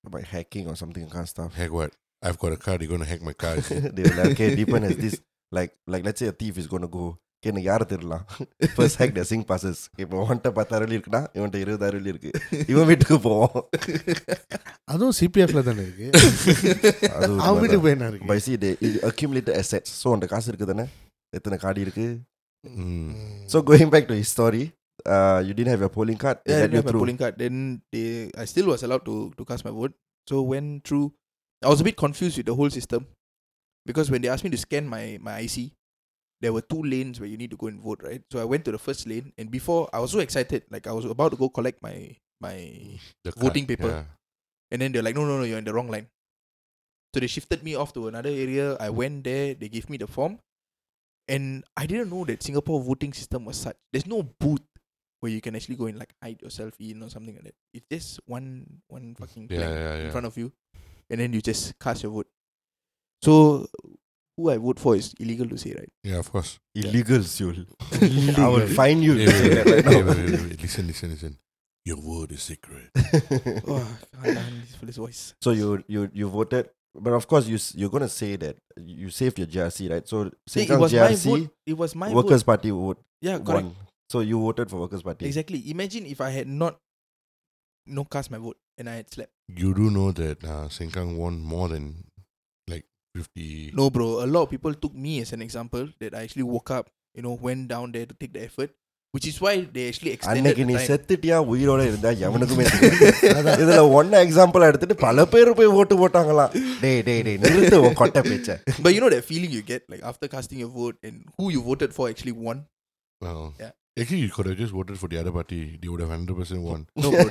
B: about hacking or something kind of stuff.
A: Hack what? I've got a car. They're gonna hack my car. is it?
B: they were like, okay, Deepan has this. Like, like let's say a thief is gonna go. "Okay, எனக்கு யாரு தெரியலாம் first hack the சிங் bosses இப்போ உன்கிட்ட பத்தாயிரம் வெள்ளி இருக்குன்னா இவன்கிட்ட இருபதாயிரம் வெள்ளி இருக்கு இவன் வீட்டுக்கு போவோம்
E: அதுவும் சிபிஎஃப்ல தானே இருக்கு
B: அது
E: அவன்
B: உண்மைதான்.
E: வீட்டுக்கு போய் என்ன இருக்கு
B: But you see, they accumulated assets so அந்த காசு இருக்குது தானே எத்தனை காடி இருக்கு
A: Mm.
B: So going back to his story you didn't have your polling card
C: yeah, I didn't have my polling card. Then they, I still was allowed to to cast my vote. So went through. I was a bit confused with the whole system because when they asked me to scan my my IC, there were two lanes where you need to go and vote, right? So I went to the first lane, and before I was so excited, like I was about to go collect my my
A: The car,
C: Voting paper.
A: yeah.
C: And then they're like, no, no, no, you're in the wrong line. So they shifted me off to another area. I went there. They gave me the form. And I didn't know that Singapore voting system was such. There's no booth where you can actually go and like hide yourself in or something like that. It's just one one fucking
A: Yeah,
C: plank
A: yeah,
C: in
A: yeah.
C: front of you, and then you just cast your vote. So who I vote for is illegal to say, right?
A: Yeah, of course.
B: Illegal சியூல் I will fine you
A: Hey, wait, wait, wait, wait, wait, wait. Listen, listen, listen. Your word is sacred.
C: oh, God, damn, this fella's voice.
B: So you you you voted, but of course you s- you're gonna say that you saved your GRC, right? So
C: See,
B: Sengkang
C: it was my
B: GRC,
C: vote. It was my
B: Workers
C: vote.
B: Party would
C: Yeah, Uh, correct.
B: won. So you voted for Workers Party.
C: Exactly. Imagine if I had not no cast my vote and I had slept.
A: You do know that uh, Sengkang won more than like 50.
C: No, bro. A lot of people took me as an example that I actually woke up, you know, went down there to take the effort, which is why they actually extended
B: அன்னைக்கு
C: the
B: நீ
C: time.
B: செத்துட்டியா உயிரோட இருந்தா எவனுக்குமே தெரியாது. இதுல ஒன்ன example எடுத்துட்டு பல பேர் போய் ஓட்டு போட்டாங்களாம் டேய் டேய் டேய் நிறுத்து உன் கொட்டை பேச்ச
C: But you know that feeling you get like after casting your vote and who you voted for actually won.
A: Well,
C: Yeah.
A: Actually, you could have just voted for the other party. They would have 100% won.
C: No, bro,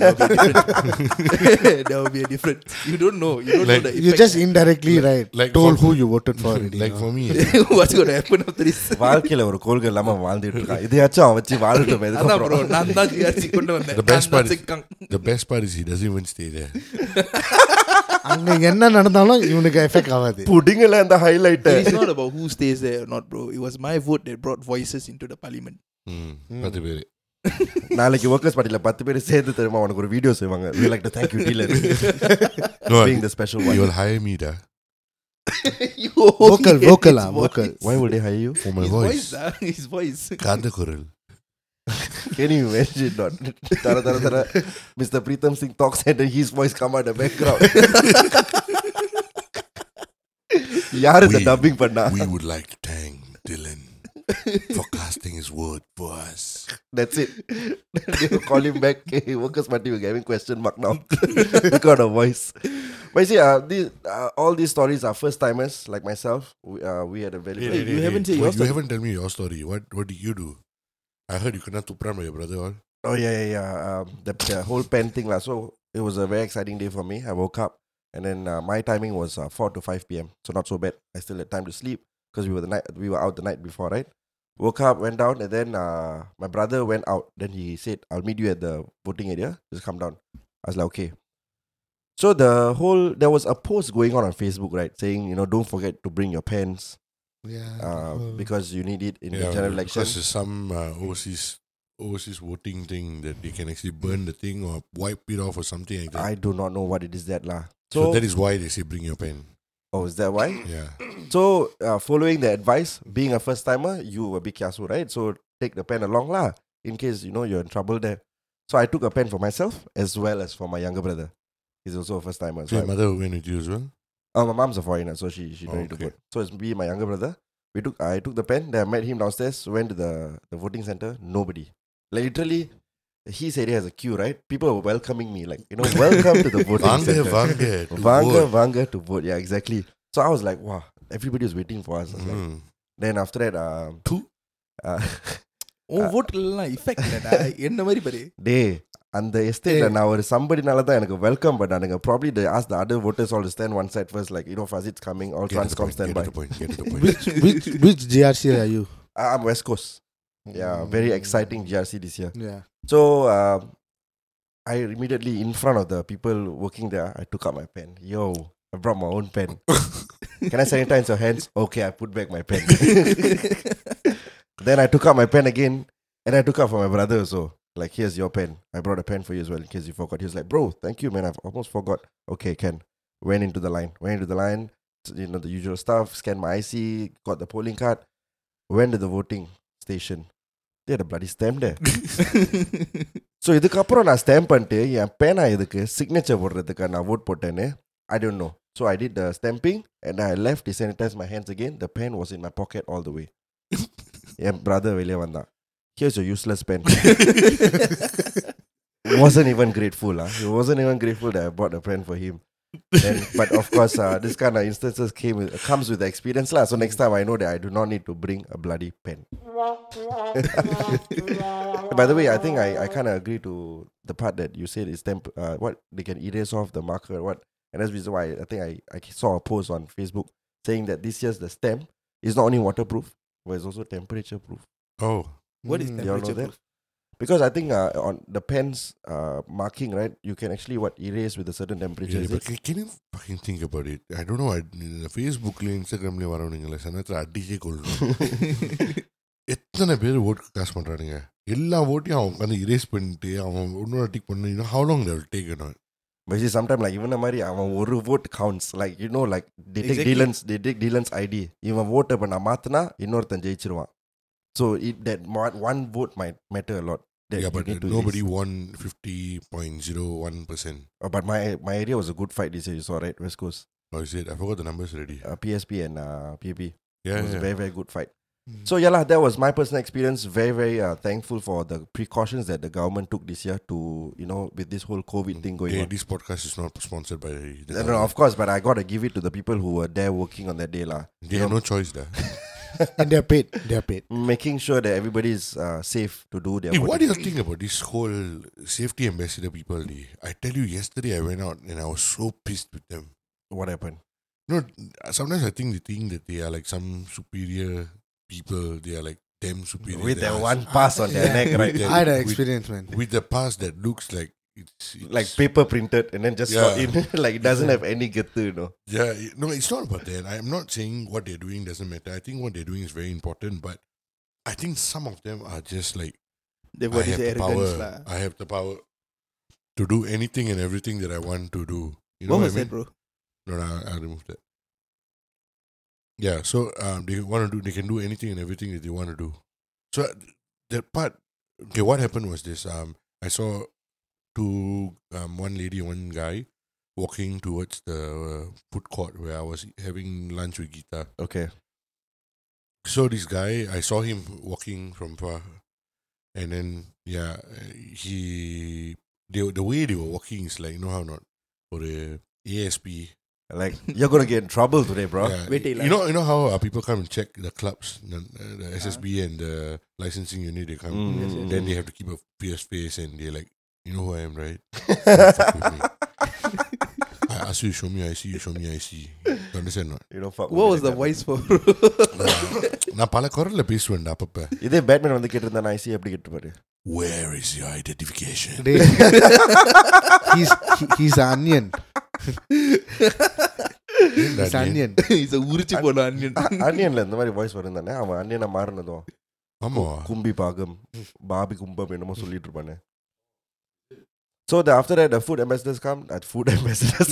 C: there will be a difference. there will be a difference. You don't know. You don't
A: Like-
C: know the
E: You
C: effect.
E: just indirectly right
A: like
E: told
A: for-
E: who you voted for already.
A: like
E: no?
A: for me, eh,
C: what's going to happen after this.
B: வாழ்க்கையில ஒரு கொள்கை இல்லாம அவன் வாழ்ந்துட்டு இருக்கான் இதையாச்சும் அவன் வச்சு வாழட்டும்
C: அதான் bro,
B: இதுக்கப்புறம்.
C: நான் தான் GRC கொண்டு வந்தேன்.
A: The best
C: நான் தான்
A: part is-
C: சிக்காங்.
A: the best part is he doesn't even stay there.
E: அங்க என்ன நடந்தாலும் இவனுக்கு எஃபெக்ட் ஆகாது
B: புடிங்கல அந்த highlight
C: It is not about who stays there or not, bro. It was my vote that brought voices into the parliament.
A: Mm. பத்து பேரு.
B: நாளைக்கு ஒர்க்கர்ஸ் பார்ட்டில பத்து பேர் சேர்ந்து தெரியுமா உனக்கு ஒரு வீடியோ செய்வாங்க we like to thank you dealer
A: No,
B: being the special one
A: you'll hire me da,
C: You
E: Vocal,
C: hate
E: vocal
C: his
E: ah,
C: voice.
E: vocal.
B: why would they hire you
A: for Oh, my
C: his
A: voice.
C: voice. ah, his voice.
A: காந்த குரல்.
B: can you imagine not தர தர தர Mr. Pritham Singh talks and then his voice come out the background யார் இந்த
A: We-
B: dubbing பண்ணா
A: We would like to thank Dylan for casting his word for us.
B: that's it they will call him back hey workers party we're having question mark now got a voice but you see uh, these, uh, all these stories are first timers like myself we, uh, we had a very
C: Hey, you haven't said
A: Wait,
C: your
A: You
C: story.
A: haven't told me your story. What What did you do? I heard you cannot tupram by your brother all.
B: Oh yeah, yeah, yeah. Um, the, the whole pen thing lah. So it was a very exciting day for me. I woke up, and then uh, my timing was uh, four to five p.m. So not so bad. I still had time to sleep because we were the night we were out the night before, right? Woke up, went down, and then uh, my brother went out. Then he said, "I'll meet you at the voting area. Just come down." I was like, "Okay." So the whole there was a post going on on Facebook, right, saying you know don't forget to bring your pens
E: Yeah. Mm.
B: uh, because you need it in
A: Yeah,
B: the general election.
A: Because some uh, overseas overseas voting thing that they can actually burn the thing or wipe it off or something like that.
B: I do not know what it is that lah.
A: so,
B: So,
A: that is why they say bring your pen.
B: oh, is that why?
A: Yeah.
B: So, uh, following the advice, being a first timer, you will be kiasu, right? So, take the pen along lah, in case you know you're in trouble there. So, I took a pen for myself as well as for my younger brother. He's also a first timer.
A: So
B: So,
A: your
B: I-
A: mother went with you as well?
B: uh, my mom's a foreigner, so she she don't
A: Oh,
B: need to
A: okay.
B: vote. So it's me, my younger brother. We took I took the pen. Then I met him downstairs. Went to the the voting center. Nobody. Like literally, he said he has a queue. Right? People were welcoming me. Like you know, welcome to the voting
A: Vanga,
B: center.
A: Vanga. to
B: Vanga,
A: vote.
B: Vanga to vote. Yeah, exactly. So I was like, wow, everybody was waiting for us. I was like-
A: Mm.
B: then after that, um,
C: Two?
B: uh,
C: உன் vote எல்லாம் Oh, effect Ah, இல்லடா என்ன மாதிரி பாரு
B: Dey, அந்த எஸ்டேட்ல நான் ஒரு சம்படினால தான் எனக்கு வெல்கம் பண்ணானுங்க probably they ask the other voters all to stand one side first like you know Fazit's coming all
A: Get to the
B: Transcom
A: point,
B: stand
A: get
B: by
A: to the point, get to the point.
E: which, which which GRC are you?
B: I- I'm West Coast. Yeah,
A: Mm.
B: very exciting GRC this year.
E: Yeah.
B: So uh, I immediately in front of the people working there, I took out my pen. Yo, I brought my own pen. Can I sanitize your hands? Okay, I put back my pen. then I took out my pen again, and I took out for my brother also. Like, here's your pen. I brought a pen for you as well in case you forgot. He was like, bro, thank you, man. I've almost forgot. Okay, Ken. Went into the line. Went into the line. You know the usual stuff. Scanned my IC. Got the polling card. Went to the voting station. They had a bloody stamp there. So இதுக்கப்புறம் நான் stamp பண்ணிட்டு என் பேனா இதுக்கு signature போடுறதுக்கு நான் vote போட்டேன்னு I don't know so I did the stamping and I left D sanitize my hands again the pen was in my pocket all the way என் brother வெளியே வந்தான் here's your useless pen wasn't even grateful ah he wasn't even grateful that I bought a pen for him then, but of course uh, this kind of instances came with, comes with the experience lah so next time I know that I do not need to bring a bloody pen By the way, I think I, I kind of agree to the part that you said is temp- uh, what they can erase off the marker or what, and that's the reason why I think I, I saw a post on Facebook saying that this year's the stamp is not only waterproof but it's also temperature proof
A: Oh,
C: What is
E: Mm.
B: that? You all know
C: temperature proof?
B: because I think uh, on the pen's uh, marking right, you can actually what erase with a certain temperature.
A: yeah,
B: is
A: but
B: it?
A: can, can you fucking think about it? I don't know. I, ஃபேஸ்புக்கில் இன்ஸ்டாகிராம்லேயும் வரவனுங்களே சனத்தில் அடிச்சே கொள்ளணும் எத்தனை பேர் ஓட்டு காசு பண்ணுறானுங்க எல்லா ஓட்டையும் அவன் உட்காந்து erase பண்ணிட்டு அவன் ஒன்னோட டிக் பண்ணி how long they will take you know
B: But see, sometimes like even a மாதிரி அவன் ஒரு vote counts. Like you know, like they take
C: Exactly.
B: Dylan's they take Dylan's ID. இவன் vote அப்ப நான் மாத்தினா இன்னொருத்தன் ஜெயிச்சிருவான். So it that mo- one vote might matter a lot. That
A: yeah
B: you
A: but
B: need to
A: nobody
B: erase.
A: won 50.01%
B: Uh, but my my area was a good fight this year. You saw right, West Coast,
A: oh is it I forgot the numbers already
B: uh, PSP and uh, PAP.
A: yeah
B: it was a
A: yeah Mm.
B: very very good fight. So yeah, lah, that was my personal experience. Very very uh, thankful for the precautions that the government took this year to you know with this whole COVID thing going
A: Hey,
B: on.
A: this podcast is not sponsored by the
B: No, no, of course, but I gotta give it to the people who were there working on that day, lah.
A: they have no choice there
E: And they're paid. They're paid.
B: making sure that everybody is uh, safe to do their
A: Hey,
B: voting.
A: what do you think about this whole safety ambassador people day? I tell you yesterday I went out and I was so pissed with them
B: What happened?
A: No, sometimes I think they think that they are like some superior people. They are like damn superior.
B: With
A: than
B: that
A: us.
B: one pass on their
E: Yeah.
B: neck, right?
A: With that-
E: I had an
A: with-
E: experience, man.
A: With the pass that looks like it's, it's
B: Like paper printed and then just slot
A: Yeah.
B: in. like it doesn't have any getu, you know.
A: yeah. it- No, it's not about that. I'm not saying what they're doing doesn't matter. I think what they're doing is very important, but I think some of them are just like
C: They've
A: I
C: got
A: have
C: this
A: the
C: arrogance
A: power.
C: lah.
A: I have the power to do anything and everything that I want to do. You know what,
C: What was
A: I mean?
C: that, bro?
A: No, no, I- I'll remove that. Yeah, so um, they want to do, they can do anything and everything that they want to do. So uh, that part, okay, what happened was this. Um, I saw two, um, one lady, and one guy, walking towards the uh, food court where I was having lunch with Gita.
B: Okay.
A: So this guy, I saw him walking from far, and then yeah, he they, the way they were walking is like you know how not for the ASP
B: Like you're gonna get in trouble today, bro.
A: yeah,
C: Wait till Uh-huh.
A: you know, you know how uh, people come and check the clubs, the, uh, the SSB and the licensing unit. They come,
B: Mm,
C: Yes, yes.
A: then they have to keep a fierce face, and they're like, "You know who I am, right? Don't fuck with me.
B: mm.
A: I ask you, show me IC, you show me IC. You understand not?
B: you know, fuck
C: What was the voice for, bro?
A: நான் பல குரல்ல பேசுவேன்டா அப்பப்ப.
B: இதே Batman வந்து கேட்டிருந்தா IC எப்படி கேட்டுப்பாரு
A: Where is your identification?
E: They- he's he, he's an onion. He's an onion.
C: இதை உரிச்சு போன onion.
A: Ah.
B: அன்னியன்ல இந்த மாதிரி வாய்ஸ் வரும் தானே அவன் அன்னியனா மாறினதும்
A: ஆமாவா
B: கும்பி பாகம் பாபி கும்பம் என்னமோ சொல்லிட்டு இருப்பானே so the after that the food ambassadors come at food ambassadors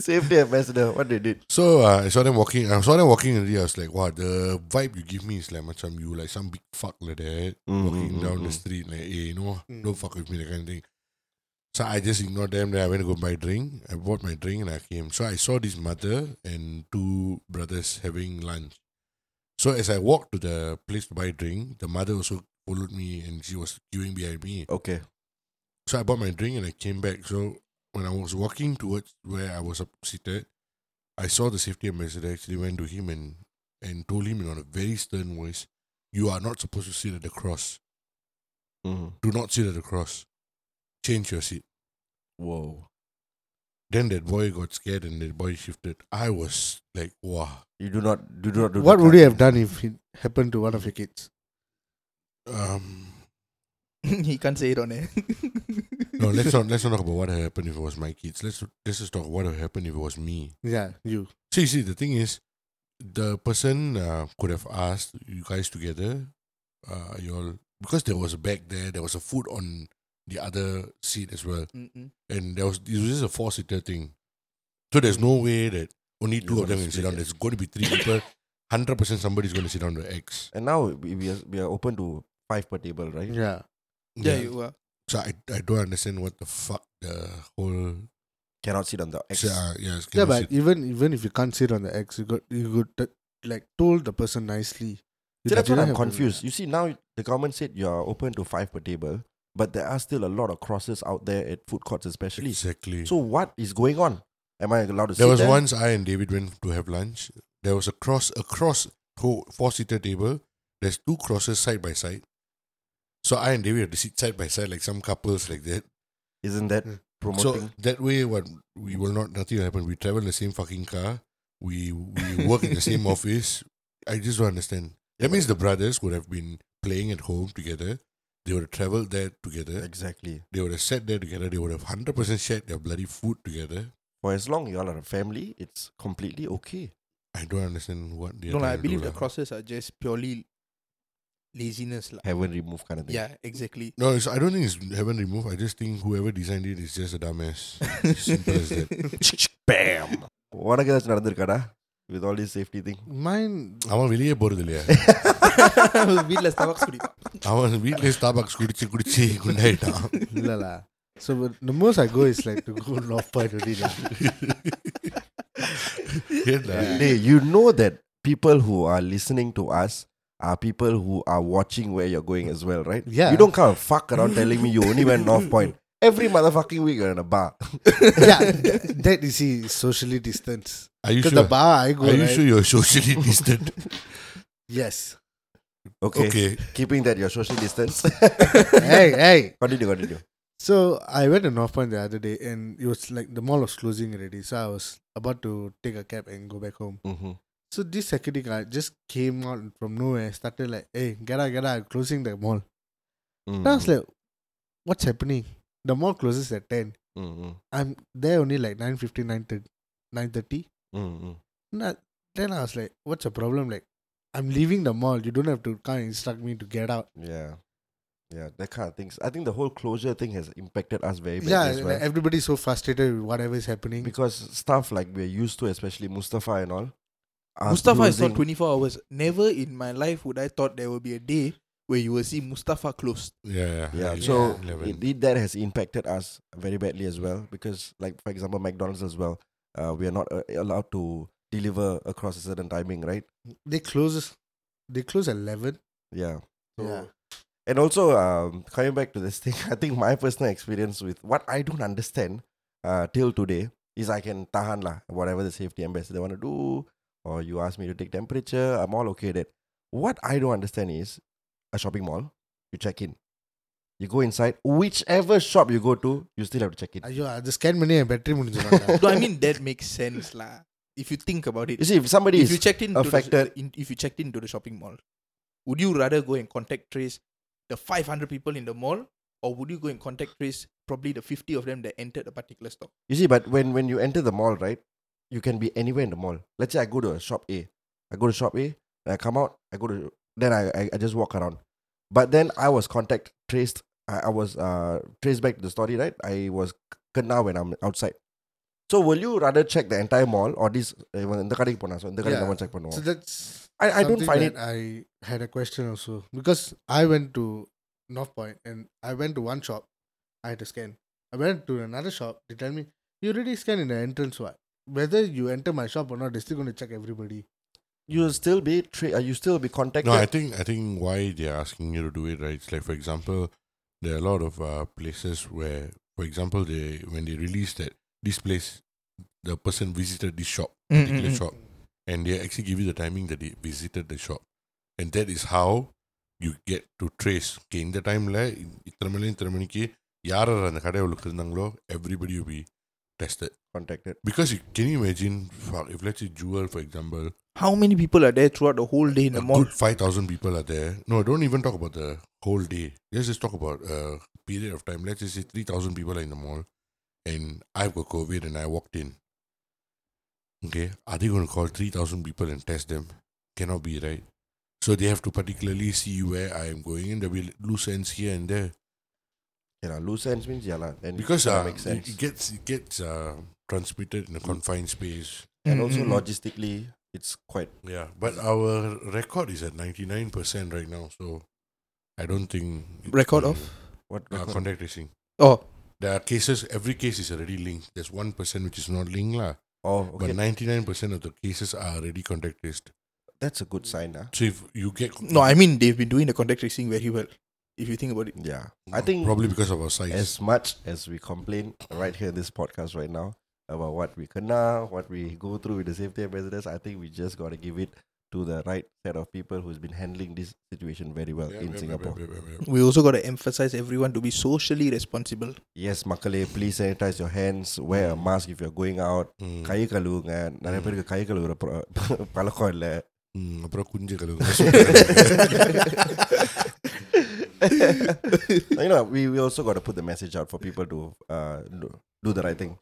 B: safety ambassador what they did
A: So uh, I saw them walking. I saw them walking already. I was like, "Wow, the vibe you give me is like macam you like some big fuck like that
B: Mm,
A: walking
B: mm, mm,
A: down the
B: mm.
A: street like, hey, you know,
E: Mm.
A: don't fuck with me that kind of thing." So I just ignored them. Then I went to go buy drink. I bought my drink and I came. So I saw this mother and two brothers having lunch. So as I walked to the place to buy drink, the mother also followed me and she was queuing behind me.
B: okay
A: So I bought my drink and I came back. So when I was walking towards where I was up- seated, I saw the safety ambassador actually went to him and, and told him in a very stern voice, You are not supposed to sit at the cross.
B: mm.
A: Do not sit at the cross. Change your seat.
B: whoa
A: Then that boy got scared and that boy shifted. I was like, wow.
B: you do not do not do
E: What
B: that
E: would you
B: kind.
E: have done if it happened to one of your kids?
A: Um,
C: he can't say it on air.
A: no, let's not let's not talk about what happened if it was my kids. Let's let's just talk about what happened if it was me.
E: Yeah, you.
A: See, see, the thing is, the person uh, could have asked you guys together, uh, you all, because there was a bag there, there was a food on the other seat as well,
C: Mm-mm.
A: and there was it was just a four seater thing, so there's no way that only two of them
B: gonna
A: can sit
B: split
A: down.
B: it.
A: There's going to be three people. Hundred percent, somebody's going to sit down the X.
B: and now we, we, are, we are open to five per table right
E: Yeah.
C: Yeah, you are.
A: So I, I don't understand what the fuck the whole.
B: cannot sit on the X.
A: So, uh, yes,
E: Yeah,
A: cannot
E: but
A: sit.
E: even even if you can't sit on the X, you got you could t- like told the person nicely. You
B: See, that's what I'm
E: didn't have to-
B: confused. You see, now the government said you are open to five per table, but there are still a lot of crosses out there at food courts, especially.
A: exactly.
B: So what is going on? Am I allowed to?
A: There was
B: sit
A: once I and David went to have lunch. There was a cross, a cross four seater table. There's two crosses side by side. So I and David had to sit side by side like some couples like that.
B: Isn't that
E: Mm.
A: So
B: promoting?
A: that way, what we will not nothing will happen. We travel in the same fucking car. We we work in the same office. I just don't understand. That means the brothers would have been playing at home together. They would have traveled there together.
B: exactly.
A: They would have sat there together. They would have hundred percent shared their bloody food together.
B: For as long you all are a family, it's completely okay.
A: I don't understand what they are
C: no,
A: trying
C: lah, I
A: to do
C: believe the
A: lah.
C: crosses are just purely laziness. lah.
B: Heaven removed kind of thing.
C: Yeah, exactly.
A: No, it's, I don't think it's haven't removed. I just think whoever designed it is just a dumbass. Simple as
B: Bam. உனக்கு ஏதாச்சும் நடந்திருக்காடா with all this safety thing?
E: Mine.
A: அவன் வெளியே போறது இல்லையா
C: வீட்ல ஸ்டபாக்ஸ் குடி
A: அவன் வீட்லயே ஸ்டாபாக்ஸ் குடிச்சு குடிச்சு குண்டாயிட்டான்
E: la, la. So but the most I go is like to go north point already. lah.
A: ஏன்டா?
B: Hey, you know that people who are listening to us are people who are watching where you're going as well, right?
E: Yeah.
B: You don't come and fuck around telling me you only went North Point. Every motherfucking week you're in a bar.
E: yeah, that, that is see, socially distanced.
A: Are you
E: Because
A: sure?
E: the bar I go
A: Are you
E: right?
A: sure you're socially distant?
E: Yes.
B: Okay.
A: okay.
B: Keeping that your social distance.
E: hey, hey.
B: continue, continue.
E: So I went to North Point the other day, and it was like the mall was closing already. So I was about to take a cab and go back home.
B: Mm-hmm.
E: So this security guard just came out from nowhere, started like, "Hey, get out, get out! Closing the mall."
B: Mm-hmm.
E: Then I was like, "What's happening? The mall closes at ten.
B: Mm-hmm.
E: I'm there only like 9.50, 9.30. 9.30.
B: Mm-hmm.
E: Nah, Then I was like, "What's the problem? Like, I'm leaving the mall. You don't have to come and instruct me to get out."
B: Yeah. Yeah, that kind of things. I think the whole closure thing has impacted us very badly
E: yeah,
B: as well.
E: like, everybody's so frustrated with whatever is happening.
B: because stuff like we're used to, especially Mustafa and all. are
C: Mustafa is not
B: closing-
C: 24 hours. Never in my life would I thought there will be a day where you will see Mustafa closed.
A: Yeah.
B: Yeah,
A: like
B: so
A: 11.
B: indeed that has impacted us very badly as well because, like for example, McDonald's as well, uh, we are not uh, allowed to deliver across a certain timing, right?
E: They close. They close at eleven.
B: Yeah. So-
E: Yeah.
B: And also, um, coming back to this thing, I think my personal experience with what I don't understand uh, till today is I can tahan lah whatever the safety ambassador want to do, or you ask me to take temperature, I'm all okay with it. What I don't understand is a shopping mall, you check in. You go inside, whichever shop you go to, you still have to check in.
E: ஐயோ அது scan பண்ணி என் battery முடிஞ்சிடும்
C: No, I mean that makes sense, lah. If you think about
B: You
C: it,
B: see, if somebody
C: if
B: is
C: you checked into the-
B: affected-
C: in, if you checked into the shopping mall, would you rather go and contact trace the 500 people in the mall, or would you go and contact trace probably the 50 of them that entered a particular store?
B: You see, but when when you enter the mall, right? You can be anywhere in the mall. Let's say I go to a shop A. I go to shop A. I come out, I go to then I, I, I just walk around. But then I was contact traced. I, I was uh traced back to the story, right? I was kena when I'm outside. So will you rather check the entire mall or this eh, even இந்த கடைக்கு போனா so இந்த கடைக்கு
E: Yeah.
B: நம்ம check பண்ணுவோம்
E: So that's
B: I I don't
E: Oh. something
B: find
E: that
B: it
E: I had a question also because I went to North Point and I went to one shop. I had to scan. I went to another shop. They tell me you already scan in the entrance. What? Whether you enter my shop or not, they're still going to check everybody.
B: you'll still be tra- uh, you still be contacted.
A: No, I think I think why they're asking you to do it, right? It's like for example, there are a lot of uh, places where, for example, they when they release that this place, the person visited this shop,
B: Mm-hmm.
A: particular
C: Mm-hmm.
A: shop, and they actually give you the timing that they visited the shop, and that is how you get to trace. Okay, in the time la, இத்தனை மணி இத்தனை மணிக்கு யார் யார் அந்த கடை உள்ள இருந்தாங்களோ everybody will be tested
B: contacted.
A: because you, can you imagine fuck, if let's say Jewel for example
C: How many people are there throughout the whole day in
A: a
C: the mall?
A: good 5,000 people are there. No, don't even talk about the whole day. Let's just talk about a period of time. Let's just say 3,000 people are in the mall and I've got COVID and I walked in. Okay, are they going to call 3,000 people and test them? Cannot be, right? So they have to particularly see where I am going and there will be loose ends here and there.
B: You know, loose ends means yeah lah. Then
A: Because
B: that
A: uh,
B: makes sense.
A: it, it gets, it gets uh, transmitted in a confined space.
B: and also
C: Mm, mm, mm.
B: logistically it's quite
A: Yeah, but our record is at 99% right now. So I don't think. it's
C: Record
A: gonna-
C: of?
B: what
A: Uh, contact tracing.
C: Oh,
A: There are cases, every case is already linked. There's 1% which is not linked, lah.
B: oh okay
A: but 99% of the cases are already contact traced.
B: that's a good sign ah.
A: So if you get.
C: no, I mean, they've been doing the contact tracing very well, if you think about it.
B: Yeah. I think
A: Probably because of our size.
B: as much as we complain right here in this podcast right now about what we kena, what we go through with the safety ambassadors, I think we just got to give it to the right set of people who's been handling this situation very well
A: Yeah,
B: in
A: yeah,
B: Singapore.
A: yeah, yeah, yeah, yeah.
C: We also got to emphasize everyone to be socially responsible.
B: Yes, Makale, please sanitize your hands, wear a mask if you're going out.
A: Mm.
B: கை கழுவுங்க நிறைய பேருக்கு கை கழுவுற பழ- பழக்கம் இல்லை
A: Mm, அப்புறம் குஞ்சு கழுவுங்க.
B: you know, we, we also got to put the message out for people to uh, do- do the right thing.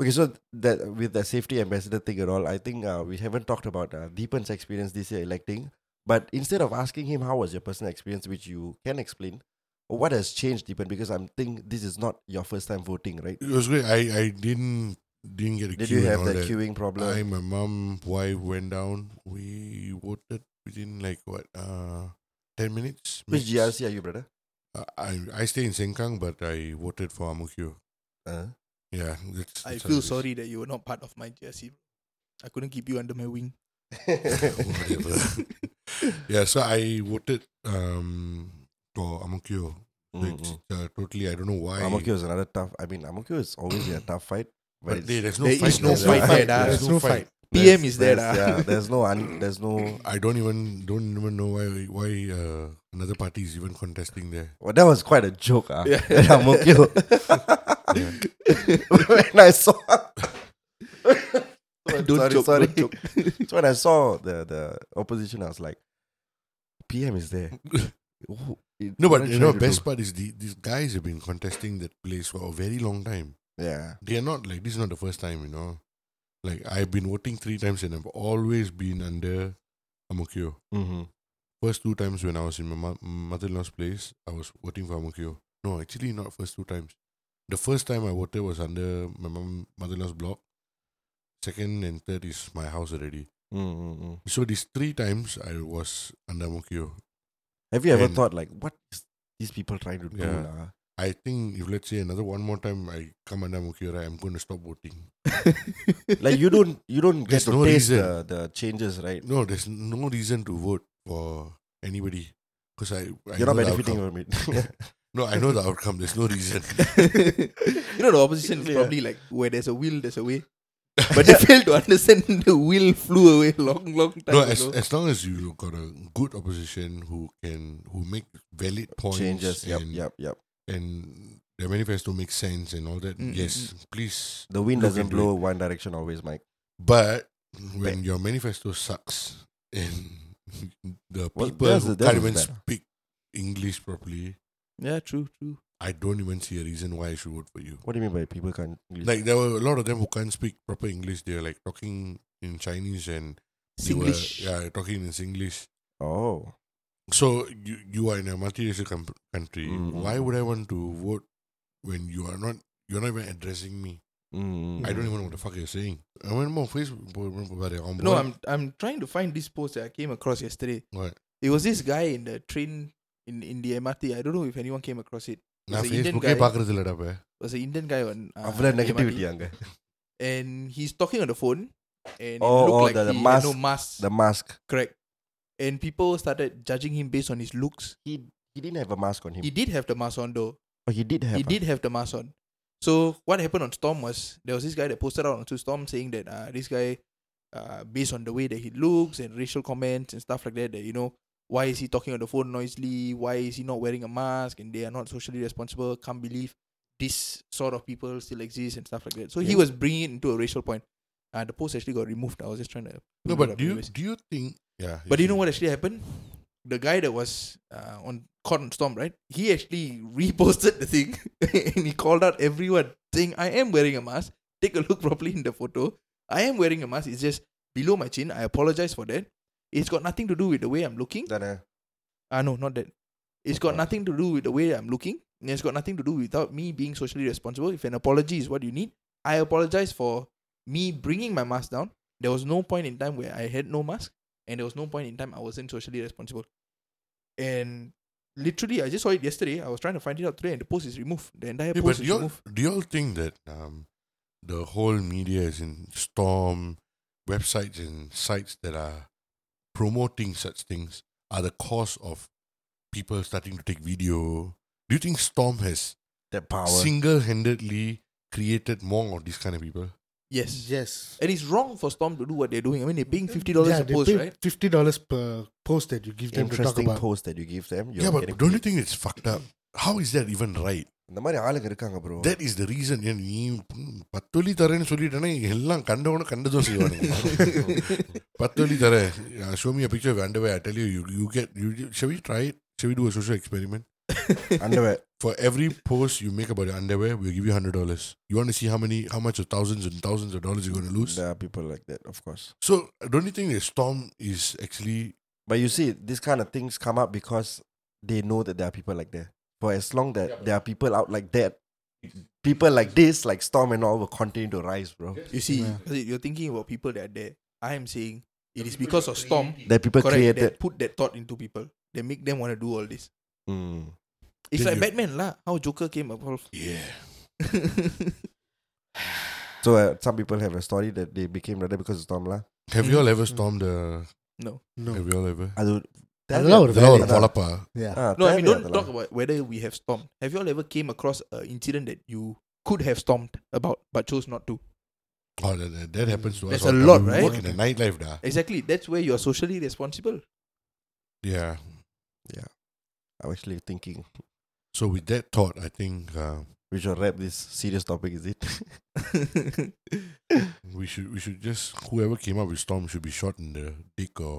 B: Okay, so that with the safety ambassador thing and all, I think uh, we haven't talked about uh, Deepan's experience this year electing. But instead of asking him how was your personal experience, which you can explain, what has changed, Deepan? Because I'm think this is not your first time voting, right?
A: It was great. I, I didn't didn't get a
B: Did
A: queue
B: you
A: and
B: have
A: all
B: that queuing problem?
A: I, my mom, wife went down. We voted within like what, uh, 10 minutes?
B: Which
A: Max?
B: GRC are you, brother?
A: Uh, I, I stay in Sengkang, but I voted for Amokyo.
B: Uh,
A: Yeah, that's, that's
C: I
A: how it
C: feel
A: is.
C: sorry that you were not part of my JSC. I couldn't keep you under my wing.
A: oh, Whatever. yeah, so I voted um for Amokyo. It's,
B: Mm-mm.
A: uh, totally, I don't know why.
B: Amokyo is another tough. I mean, Amokyo is always a tough fight.
A: but
B: it's-
A: there- there's no
C: There
A: fight.
C: is no
B: fight there, dah.
A: There's no fight.
C: PM is there.
B: There's,
C: lah.
B: yeah, there's no un, there's no.
A: I don't even don't even know why why uh, another party is even contesting there.
B: Well, that was quite a joke, ah.
C: Yeah.
B: At Amokyo. when I saw,
C: Don't
B: sorry,
C: joke,
B: sorry,
C: don't
B: joke. So when I saw the the opposition, I was like, PM is there. Who- it-
A: No, but
B: what are
A: you
B: trying
A: know,
B: to
A: best
B: do?
A: part is the, these guys have been contesting that place for a very long time.
B: Yeah,
A: They are not like this is not the first time, you know. Like I've been voting three times and I've always been under Amokyo.
B: mm-hmm.
A: first two times when I was in my mo- mother-in-law's place, I was voting for Amokyo. No, actually not first two times. The first time I voted was under my mum mother-in-law's block. Second and third is my house already.
B: Mm-hmm.
A: So these three times I was under Amokyo.
B: Have you ever
A: And-
B: thought like, what is these people trying to do?
A: Yeah.
B: lah?
A: I think if let's say another one more time I come under Amokyo, right, I'm going to stop voting.
B: Like you don't you don't get
A: There's
B: to
A: no
B: taste
A: reason.
B: the, the changes, right?
A: No, there's no reason to vote for anybody because I, I
B: You're
A: know
B: not
A: the
B: benefiting
A: outcome.
B: from it.
A: No, I know the outcome. There's no reason.
C: you know, the opposition is
B: Yeah.
C: probably like where there's a will, there's a way. But they failed to understand the will flew away long, long time
A: No,
C: ago.
A: as, as long as you got a good opposition who can who make valid points
B: changes. Yep,
A: and,
B: yep, yep.
A: and their manifesto makes sense and all that,
C: Mm,
A: yes, please.
B: The wind
A: Look
B: doesn't
A: into
B: blow one direction always, Mike.
A: But when your manifesto sucks and the
B: Well,
A: people
B: there's
A: who
B: the- there's
A: can't
B: the
A: even
B: bad.
A: speak English properly,
C: yeah, true, true.
A: I don't even see a reason why I should vote for you.
B: What do you mean by people can't? English?
A: Like there were a lot of them who can't speak proper English. They're like talking in Chinese and They were,
C: Singlish.
A: yeah, talking in Singlish.
B: Oh.
A: So you you are in a multiracial com- country.
C: Mm-hmm.
B: Mm.
A: Why would I want to vote when you are not you're not even addressing me?
B: Mm.
C: Mm-hmm.
A: I don't even know what the fuck you're saying. I went more Facebook. bro, bro, bro, bro, bro.
C: No, I'm I'm trying to find this post that I came across yesterday.
A: What?
C: It was this guy in the train in, in the MRT. I don't know if anyone came across it. It
A: நான்
C: was an Indian
A: Facebooke
C: guy.
A: பார்க்கறது இல்லடா பே.
C: It was an Indian guy on uh,
B: அவ்வளவு
C: MRT.
B: Negativity அங்க
C: And he's talking on the phone and
B: Oh,
C: it looked
B: oh,
C: like
B: the- the
C: he
B: mask.
C: had no mask.
B: the mask
C: Correct. And people started judging him based on his looks.
B: he he didn't have a mask on him
C: He did have the mask on though.
B: oh, he did have
C: he
B: ah.
C: did have the mask on. So what happened on Storm was there was this guy that posted out onto Storm saying that uh, this guy, uh, based on the way that he looks and racial comments and stuff like that, that you know why is he talking on the phone noisily? Why is he not wearing a mask? And they are not socially responsible. Can't believe this sort of people still exist and stuff like that. So he
B: Yeah.
C: was bringing it into a racial point. Uh, the post actually got removed. I was just trying to.
A: No,
C: pull it
A: but
C: up
A: do you
C: anyways.
A: do you think? Yeah.
C: But do you know
A: see.
C: what actually happened? The guy that was uh, on caught on storm, right? He actually reposted the thing and he called out everyone saying, "I am wearing a mask. Take a look properly in the photo. I am wearing a mask. It's just below my chin. I apologize for that. It's got nothing to do with the way I'm looking.
B: Then, uh,
C: Ah, no, not that. It's got
B: What?
C: nothing to do with the way I'm looking. And it's got nothing to do without me being socially responsible. If an apology is what you need, I apologize for me bringing my mask down. There was no point in time where I had no mask, and there was no point in time I wasn't socially responsible. And literally, I just saw it yesterday. I was trying to find it out today, and the post is removed. The entire
A: Yeah,
C: post
A: but
C: is
A: you all,
C: removed.
A: do you all think that um, the whole media is in storm, websites and sites that are promoting such things are the cause of people starting to take video? Do you think Storm has
B: that power
A: single-handedly created more of these kind of people?
C: Yes.
E: Yes.
C: And it's wrong for Storm to do what they're doing. I mean, they're paying fifty dollars a
E: they
C: post,
E: pay
C: right?
E: Fifty dollars per post that you give them to talk
B: interesting
E: about.
B: post that you give them you're
A: yeah,
B: getting
A: but don't you
B: paid.
A: think it's fucked up? How is that even right?
B: இந்த மாதிரி ஆளுங்க இருக்காங்க bro
A: That is the reason. ஏன் நீ ம், பத்தொலி தரேன்னு சொல்லிட்டேன்னா எல்லாம் கண்டவனும் கண்டதும் செய்வானுங்க பத்தொலி தரேன் ஷோ மீ பிக்சர் வேண்டவே I tell you you get you shall we try it shall we do a social experiment
B: underwear
A: for every post you make about underwear will give you hundred dollars you want see how many how much thousands and thousands of dollars you're going to lose
B: there are people like that of course
A: so don't you think the storm is actually
B: But you see, these kind of things come up because they know that there are people like that. For as long that there are people out like that, people like this, like Storm and all, will continue to rise, bro.
C: You see,
E: Yeah.
C: 'cause you're thinking about people that are there. I am saying it is because of Storm
B: That people
C: correct,
B: created.
C: That put that thought into people. They make them want to do all this.
B: Mm.
C: It's
A: Then
C: like
A: you-
C: Batman lah. How Joker came about.
A: yeah
B: So uh, some people have a story that they became like that because of Storm, lah.
A: have you all ever stormed the
E: No.
A: have you all ever
B: I do.
E: அதெல்லாம் ஒரு
A: இதெல்லாம் ஒரு
B: வேலைதான்.
A: பொழப்பா
E: Yeah.
B: Ah,
C: no, I mean
B: தேவையா
C: don't talk
B: அதெல்லாம்.
C: about whether we have stormed. Have you all ever came across an incident that you could have stormed about but chose not to?
A: oh that, that- that happens to us
C: There's
A: all
C: a
A: the time.
C: lot,
A: We
C: right?
A: work in the nightlife da
C: Exactly. That's where you are socially responsible.
A: yeah
B: I was actually thinking
A: so with that thought I think uh,
B: we should wrap this serious topic. Is it?
A: we should we should just whoever came up with storm should be shot in the dick or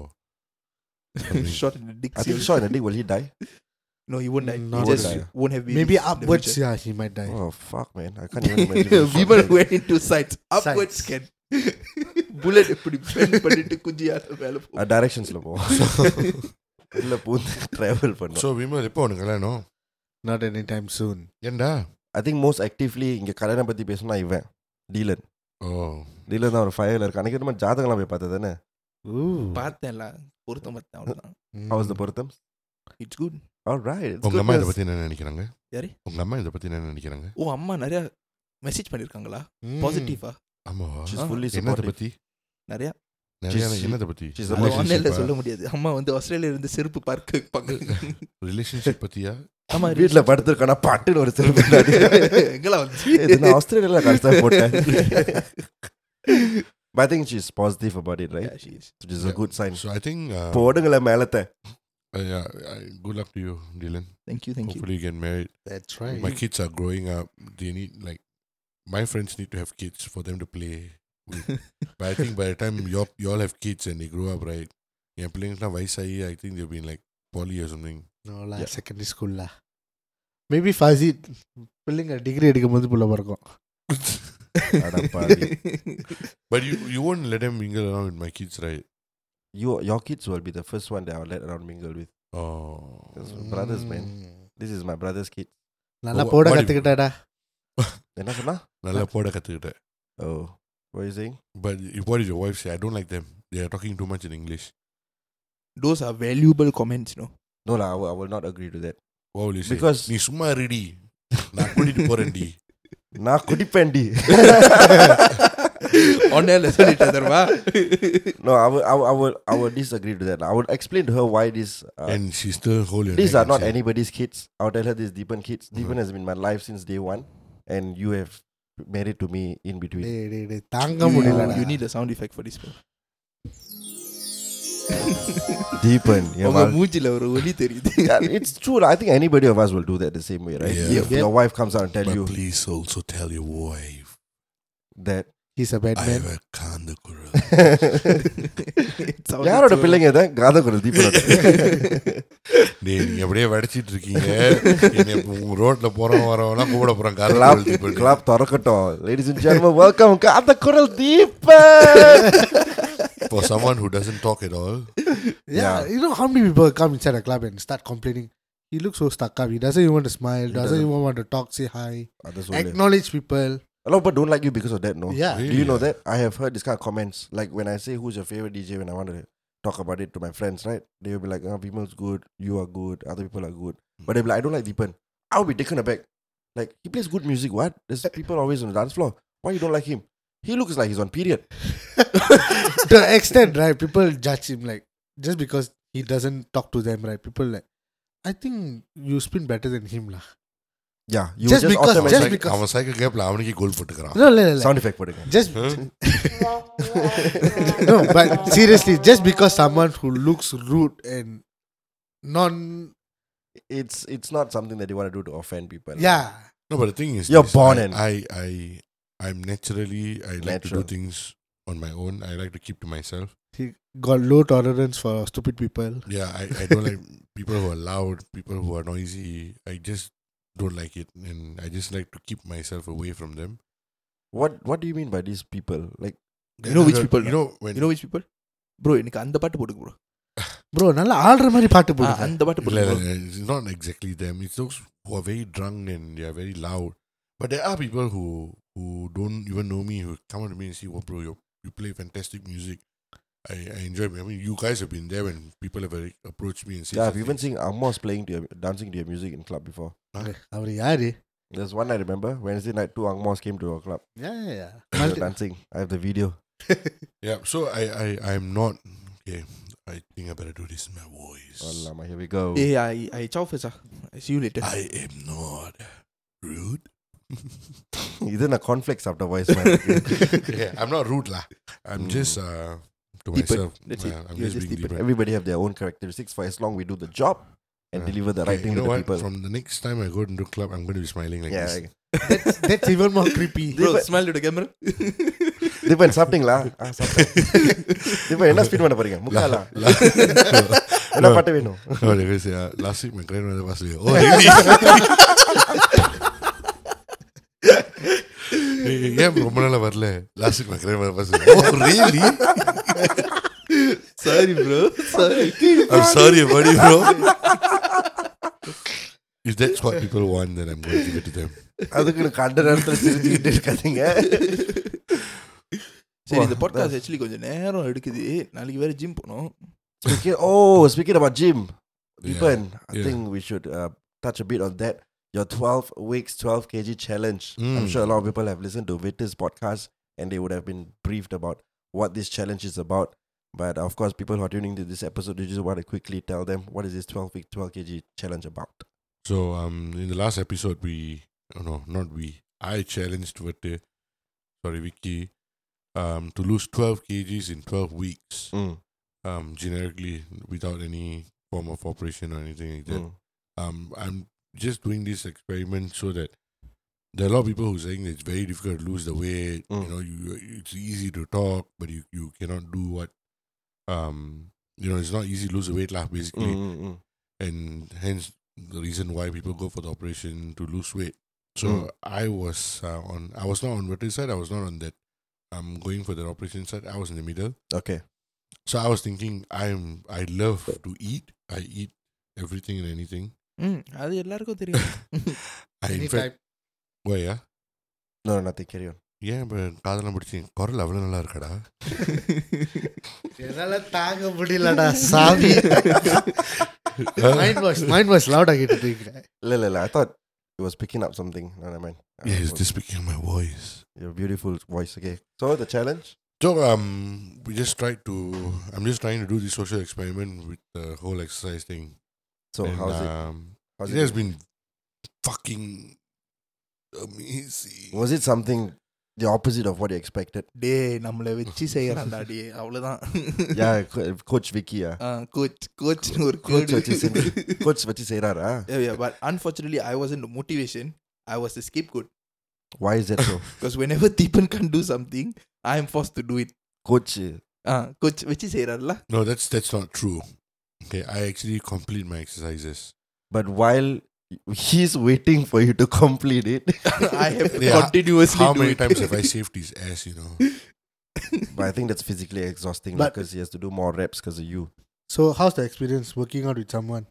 A: something.
C: Shot in the dick.
B: I think
C: seriously.
B: shot in the dick. Will he die?
C: No, he won't die.
E: No,
C: he
B: won't
C: just
B: die.
C: won't have babies.
E: Maybe
C: in the
E: upwards.
C: future.
E: Yeah, he might die.
B: Oh fuck, man! I can't even imagine.
C: People went into sides. Upwards
E: Sides.
C: can. Bullet எப்படி bend பண்ணிட்டு குஜியால மேல போ-
B: A directions, logo. இல்ல பூந்து travel பண்ணும்
A: so Vimal எப்போ உனக்கு கல்யாணம்
E: Not anytime soon.
A: ஏன்டா
B: I think most actively இங்க கல்யாணம் பத்தி பேசணும்னா இவன் டீலன்
A: ஓ
B: டீலன் தான் ஒரு ஃபயர்ல இருக்கு அன்னைக்கு நம்ம ஜாதகம்லாம் போய் பார்த்தது தானே
E: Ooh.
C: பார்த்தேன்ல பொருத்தம் பார்த்தேன் அவ்வளவுதான்
B: How was the பொருத்தம்
C: it's good
B: All right. it's
A: உங்க அம்மா இதை
B: goodness.
A: பத்தி என்ன நினைக்கிறாங்க
C: யாரு?
A: உங்க அம்மா இதை பத்தி என்ன நினைக்கிறாங்க
C: ஓ அம்மா நிறைய மெசேஜ் பண்ணிருக்காங்களா
E: Mm.
C: பாசிட்டிவா
A: ஆமாவா
B: She's fully
A: என்னத்தை
B: supportive.
A: பத்தி
C: நிறைய
A: நிறைய
B: She's-
A: என்னத்தை பத்தி
B: she's a
C: அது ஆன்லைன்ல
A: Relationship-ஆ?
C: சொல்ல முடியாது அம்மா வந்து ஆஸ்திரேலியா இருந்து செருப்பு பார்க்க பாக்கு
A: relationship பத்தியா
C: ஆமா
B: வீட்ல படுத்திருக்கானா பாட்டுன்னு ஒரு திரும்ப
C: எங்களா வந்து
B: நான் ஆஸ்திரேலியால கடைசா போட்டேன் But I think she's positive about it, right?
C: Yeah, she is.
B: Which is a
A: Yeah.
B: good sign.
A: so I think uh,
B: போடுங்கள மேலத்த
A: uh, yeah I- good luck to you Dylan
C: Thank you, thank you.
A: hopefully you get married
E: That's right.
A: my kids are growing up they need like my friends need to have kids for them to play with. but I think by the time y'all y'all have kids and they grow up right என் பிள்ளைங்களுக்குலாம் வயசாகி I think they've been like poly or something
E: No lah, secondary school lah. Maybe Fazid பிள்ளைங்க degree எடுக்கும்போது புள்ள பிறக்கும்
B: அடப்பாவி.
A: But you you won't let them mingle around with my kids, right?
B: you your kids will be the first one that I'll let around mingle with.
A: Oh.
B: That's brothers, man. This is my brother's kid.
E: நல்லா
A: But
E: போட
A: what if-
E: கத்துக்கிட்டாடா
B: என்ன சொன்னா?
A: நல்லா போட கத்துக்கிட்டேன்.
B: Oh, what are you saying?
A: But if- what did your wife say? I don't like them. They are talking too much in English.
C: Those are valuable comments, you know.
B: No lah, I will, I will not agree to that.
A: What will you say?
B: Because-
A: நீ சும்மா இருடி. நான் கூட்டிட்டு போறேன்டி.
B: நான் குடிப்பேன்டி
C: ஒன்னேல சொல்லிட்டு தருவா
B: No, I will, I will, I will, I will disagree to that. I will explain to her why this. Uh,
A: And she still hold your
B: these
A: neck
B: are
A: and
B: not
A: say,
B: anybody's kids. I'll tell her this Deepan kids. Deepan has been my life since day one, and you have married to me in between.
E: டேய் டேய் டேய் தாங்க
C: you,
E: முடியலடா
C: you need a sound effect for this bro.
B: Deepan, yeah,
C: உங்க
B: well,
C: மூஞ்சில ஒரு ஒலி தெரியுது
B: yeah, it's true. lah. I think anybody of us will do that the same way, right?
A: Yeah.
B: If your wife comes out and tell
A: But
B: you
A: please also tell your wife
B: that
E: he's a bad
A: I
E: man
A: have a kind of girl.
C: It sounded
B: யாரோட
C: so-
B: பிள்ளைங்க தான் காத குரல் தீபனோட
A: டேய் நீங்க அப்படியே வடிச்சிட்டு இருக்கீங்க என்னை இப்ப உங்க ரோட்ல போறோம் வரவனா கூப்பிட போறோம் காலை
B: கிளாப்
A: கழுத்தி போட்டு.
B: கிளாப் திறக்கட்டும் லேடிஸ் அண்ட் ஜென்மன் வெல்கம் காத குரல் Deepan
A: for someone who doesn't talk at all
E: yeah you know how many people come inside a club and start complaining he looks so stuck up he doesn't even want to smile doesn't
B: doesn't.
E: even want to talk say hi
B: அது சொல்லு
E: acknowledge people
B: a lot of people don't like you because of that no
E: yeah
A: Really?
B: do you know that I have heard this kind of comments like when I say who's your favorite DJ when I want to talk about it to my friends right they will be like oh, Vimal's good you are good other people are good but they'll be like I don't like Deepan I'll be taken aback like he plays good music what there's people always on the dance floor why you don't like him he looks like he's on period
E: to an extent right people judge him like just because he doesn't talk to them right people like I think you spin better than him lah
B: yeah you
E: Just
B: just,
E: because-
A: அவன்
E: just
B: automatically
A: cycle-
E: because-
A: அவன் cycle கேப்ல அவனுக்கே கோல் போட்டுக்கிறான்
E: no no, no, no.
B: sound effect put it
E: just
A: Huh?
E: no but seriously just because someone who looks rude and non
B: it's it's not something that you want to do to offend people.
E: yeah
A: no but the thing is
B: You're
A: this,
B: born
A: I,
B: in.
A: I I I'm naturally I like to do
B: Natural.
A: things on my own I like to keep to myself
E: he got low tolerance for stupid people
A: yeah I, I don't like people who are loud people who are noisy I just don't like it and I just like to keep myself away from them
B: What What do you mean by these people? Like,
C: You know which people
A: you know when
C: you know which people bro எனக்கு அந்த பாட்டு போடுங்க bro
E: bro நல்லா ஆடுற மாதிரி பாட்டு
C: ஆ,
E: போடுங்க
C: அந்த பாட்டு
A: இல்ல, இல்ல,
C: போடுங்க bro.
A: இல்ல, it's not exactly them. It's those who are very drunk and they are very loud. But there are people who who don't even know me who come up to me and say, "What, bro? You you play fantastic music. I, I enjoy. it." I mean, you guys have been there when people have uh, approached me and said,
B: yeah, I've
A: such
B: even
A: things.
B: seen Amos playing to your, dancing to your music in club before.
E: அவர் யாரு
B: There's one I remember Wednesday night, two Amos came to our club. They were
E: Multi-
B: dancing. I have the video.
A: yeah." So I I I'm not okay. I think I better do this in my voice.
B: Allama, here we go.
C: Hey, I I ciao first ah. I see you later.
A: I am not rude.
B: He's in a conflict after voice, man.
A: yeah, I'm not rude lah. I'm
B: Mm.
A: just uh to
C: Deepen.
A: myself.
C: Hmm. That's it.
A: Yeah, I'm
C: You're
A: just
C: just
A: being
C: deepen.
A: deepen.
B: Everybody have their own characteristics. For as long we do the job and
A: Yeah.
B: deliver the
A: Okay,
B: right thing
A: you
B: to
A: know
B: the
A: what?
B: people.
A: From the next time I go into club, I'm going to be smiling like
B: yeah,
A: this.
B: like-
E: that's even more creepy
C: bro
B: Deepa-
C: smile to the camera
B: Deepan, சாப்பிட்டீங்களா? ஆ, சாப்பிட்டேன். Deepan, என்ன spin பண்ண போறீங்க? Mukkala?
A: La-
B: என்ன
A: no.
B: பாட்டு வேணும்?
A: No, they will say, uh, last week my grandmother passed away. Oh, really? ஏன் ரொம்ப நாளா வரல லாஸ்ட் வீக் மக்களே வரல oh really
C: sorry bro sorry
A: I'm sorry படி bro if that's what people want then I'm going to give to them
B: அதுக்குன்னு கண்ட நேரத்துல சிரிச்சுக்கிட்டு இருக்காதீங்க.
C: சரி
B: Wah,
C: இந்த பாட்காஸ்ட்
B: that's-
C: ஆக்சுவலி கொஞ்சம் நேரம் எடுக்குது நாளைக்கு வேற ஜிம் போனோம்
B: Speaking, oh, speaking about gym, Deepan, I
A: yeah.
B: think we should uh, touch a bit on that. Your 12 weeks, 12 kg challenge. I'm
A: Mm.
B: sure a lot of people have listened to Vita's podcast and they would have been briefed about what this challenge is about. But of course, people who are tuning to this episode, you just want to quickly tell them what is this 12 week, 12 kg challenge about?
A: So um, in the last episode, we oh no, not we. I challenged Verte, sorry Vicky, um, to lose twelve kgs in twelve weeks.
B: Mm,
A: Um, generically without any form of operation or anything like that.
B: mm.
A: Um, I'm just doing this experiment so that there are a lot of people who are saying it's very difficult to lose the weight.
B: Mm.
A: You know, you it's easy to talk, but you you cannot do what. Um, you know, it's not easy to lose the weight, lah. Basically,
B: Mm, mm, mm.
A: and hence the reason why people go for the operation to lose weight. So
B: Mm.
A: I was uh, on. I was not on Vertex side. I was not on that. I'm going for the operation side. I was in the middle,
B: Okay.
A: So I was thinking, I'm I love to eat. I eat everything and anything.
C: ம் அது எல்லாருக்கும் தெரியும்
A: I in
E: Any
A: fact,
E: type.
A: well, yeah,
B: No, no, nothing. Carry on.
A: yeah, but காதெல்லாம் பிடிச்சி குரல் அவ்வளோ நல்லா இருக்காடா
E: என்னால தாங்க முடியலடா சாமி மைண்ட் வாஷ் மைண்ட் வாஷ் லவுடா கேட்டுட்டு இருக்கிறேன்
B: La, la, la. I thought it was picking up something. No, never mind. Uh,
A: yes,
B: was
A: this became my voice.
B: Your beautiful voice. Okay. So the challenge.
A: So um, we just tried to. I'm just trying to do the social experiment with the whole exercise thing.
B: So
A: And,
B: how's it?
A: um,
B: How's
A: it, has been fucking amazing.
B: Was it something the opposite of what you expected?
C: டே நம்மள வச்சு செய்யறான்டா டே அவ்வளவுதான்
B: yeah, Co- Coach Vicky. Yeah.
C: Coach கோச்னு ஒரு
B: Coach
C: கோடு.
B: வச்சு செஞ்சு- Coach Vati Serara.
C: Yeah, yeah, but unfortunately, I wasn't the motivation. I was the scapegoat.
B: Why is that so?
C: Because whenever Deepan can't do something, I am forced to do it.
B: Coach. uh,
C: Uh, coach, which is Erala.
A: No, that's that's not true. Okay, I actually complete my exercises.
B: But while he's waiting for you to complete it,
C: I have
A: Yeah,
C: continuously
A: How
C: do
A: many
C: it.
A: times have I saved his ass? You know,
B: but I think that's physically exhausting
E: But-
B: because he has to do more reps because of you.
E: So how's the experience working out with someone?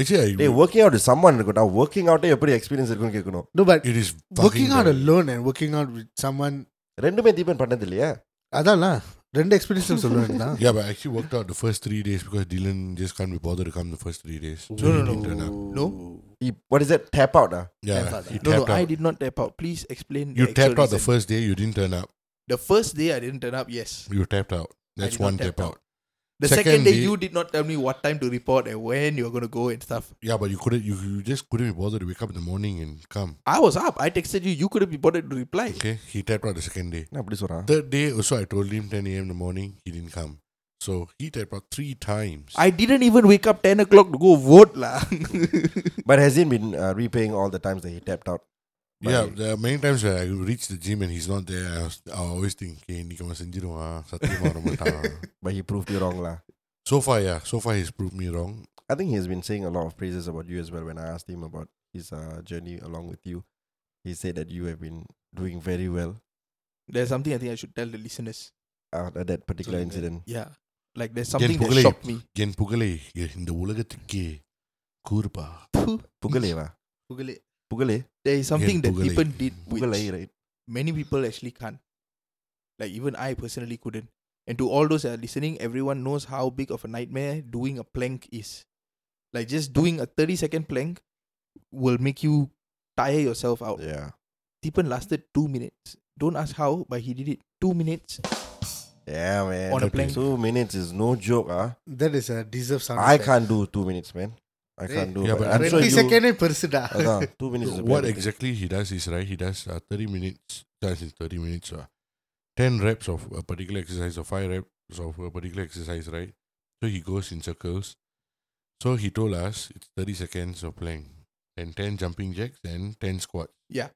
A: actually, I,
B: Hey, working out with someone now. Working out, eh, you're pretty experienced. இருக்கணும்.
E: No, but
A: it is
E: working
A: fucking
E: out
A: bad.
E: alone and working out with someone
B: ரெண்டுமே தீபன் பண்ணது இல்லையா
E: அதான்ல ரெண்டு experience சொல்லுவேன் தான்
A: Yeah, but I actually worked out the first three days because Dylan just can't be bothered to come the first three days. So
C: No, no,
A: he
C: no.
A: didn't turn up.
C: No,
B: He- what is that tap out ah
A: Yeah,
E: Tap out,
A: he
E: ah.
A: tapped
C: no, no,
A: out.
C: I did not tap out. Please explain.
A: you
C: the actual
A: tapped out the
C: reason.
A: first day. You didn't turn up.
C: The first day I didn't turn up, yes.
A: You tapped out. That's
C: did not
A: one
C: tap
A: tap out.
C: out. The second,
A: Second
C: day,
A: day-
C: you did not tell me what time to report and when you were going to go and stuff.
A: Yeah, but you couldn't. You, you just couldn't be bothered to wake up in the morning and come.
C: I was up. I texted you. You couldn't be bothered to reply.
A: Okay, he tapped out the second day.
B: என்ன அப்படி சொல்றான்
A: Third day also, I told him 10 a.m. in the morning. He didn't come, so he tapped out three times.
C: I didn't even wake up 10 o'clock to go vote. lah.
B: but has he been uh, repaying all the times that he tapped out
A: Yeah, there are many times where I reach the gym and he's not there. I, was, I always think, "Okay, இன்னைக்கு அவன் செஞ்சிருவான், சத்தியமா வர மாட்டான்."
B: but he proved you wrong lah
A: so far, yeah, so far he's proved me wrong.
B: I think he has been saying a lot of praises about you as well when I asked him about his uh, journey along with you he said that you have been doing very well
C: there's something I think I should tell the listeners.
B: after that particular
E: சொல்லுங்க.
B: incident
C: Yeah. Like there's something that
A: Pugale.
C: shocked me.
A: என் புகழை இந்த உலகத்துக்கே கூறுப்பா.
B: புகழேவா
E: புகழே
B: புகழே
C: There is something that
A: Pugale.
C: Deepan did which
B: புகழை right
C: many people actually can't. Like even I personally couldn't. And to all those that are listening, everyone knows how big of a nightmare doing a plank is. Like just doing a 30 second plank will make you tire yourself out.
B: yeah
C: Deepan lasted two minutes. Don't ask how, but he did it. Two minutes.
B: yeah man
C: On a plank.
B: two minutes is no joke ah
E: that is a deserve sound
B: I can't do two minutes man I
E: Hey.
B: can't do
A: Yeah,
B: but
A: but
B: I'm sure
E: 20
B: you
E: செகண்டே பெருசுடா
B: அதான், two minutes is a
A: What
B: bit-
A: exactly he does is right. He does uh, 30 minutes. That's in 30 minutes. Uh, 10 reps of a particular exercise or five reps of a particular exercise, right? So he goes in circles. So he told us it's 30 seconds of plank and 10 jumping jacks and 10 squats.
C: Yeah.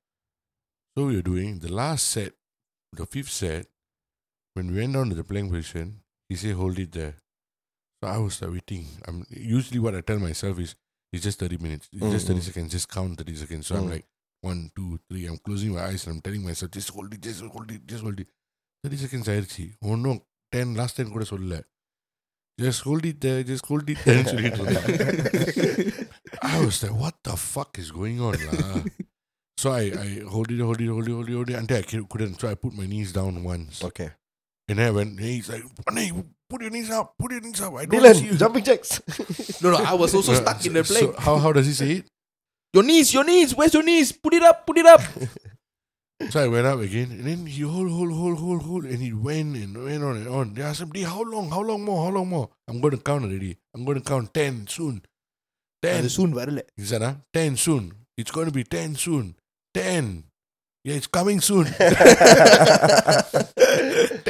A: So we were doing the last set, the fifth set. When we went down to the plank position, he said, "Hold it there." So I was uh, waiting. I'm usually what I tell myself is, "It's just thirty minutes. It's just thirty
B: Mm, mm.
A: seconds. Just count thirty seconds." So I'm
B: Mm.
A: like one, two, three. I'm closing my eyes and I'm telling myself, "Just hold it. Just hold it. Just hold it." Thirty seconds. ஆயிடுச்சு. ஒன்னும் ten last ten கூட சொல்லல. Just hold it there. Just hold it there. சொல்லிட்டு இருந்தேன். I was like, "What the fuck is going on, lah?" So I, I hold it, hold it, hold it, hold it, hold it until I couldn't. So I put my knees down once.
B: okay
A: And then I went, and he's like, "Hey, put your knees up, put your knees up. I don't
B: Dylan
A: see you.
B: jumping jacks
C: No, no, I was also
A: Uh,
C: stuck in the
A: so-
C: plank.
A: So how, how does he say it?
C: your knees, your knees, where's your knees? Put it up, put it up.
A: So I went up again, and then he hold, hold, hold, hold, hold, and he went and went on and on. They asked him, "Dee, how long, how long more, how long more? I'm going to count already. I'm going to count 10 soon. 10.
C: அது soon வரல.
A: He said, huh? 10 soon. It's going to be 10 soon. 10. Yeah, it's coming soon. 10.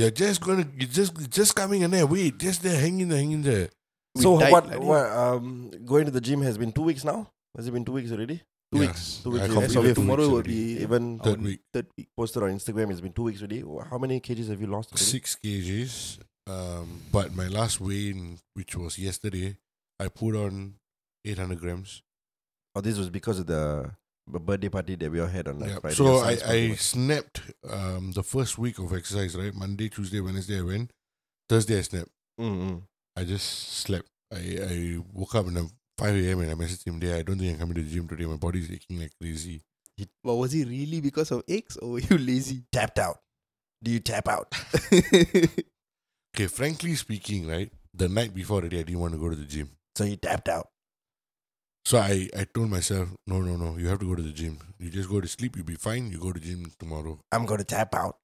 A: You're just going to, it's just, it's just coming in there. Wait, just there, hang in there, hang in there.
C: We
B: so
C: died
B: what,
C: like that.
B: what um going to the gym has been two weeks now has it been two weeks already
C: Two
A: Yeah,
C: weeks.
B: Two weeks
A: I
B: already.
A: completed
C: As
B: So
A: two
C: of
B: we've
A: weeks
C: tomorrow will
A: already.
C: be
B: even
A: Third
C: our
A: week.
C: Third week.
B: posted on instagram it's been two weeks already Wha- how many kgs have you lost already?
A: six kgs. Um, but my last weigh-in, which was yesterday, I put on 800 grams.
B: oh this was because of the b- birthday party that we all had on like
A: Yeah.
B: Friday,
A: So
B: your
A: I,
B: son's
A: I
B: birthday party.
A: snapped um, the first week of exercise, right? Monday, Tuesday, Wednesday, I went. Thursday I snapped.
B: Mm-mm.
A: I just slept. I, I woke up in a 5 a.m. and I messaged him there. I don't think I'm coming to the gym today. My body's aching like crazy.
C: But was it really because of eggs or were you lazy?
B: Tapped out. Do you tap out?
A: Okay, frankly speaking, right, the night before already, I didn't want to go to the gym.
B: so you tapped out.
A: So I, I told myself, no, no, no, you have to go to the gym. You just go to sleep, you'll be fine. You go to gym tomorrow.
B: I'm gonna tap out.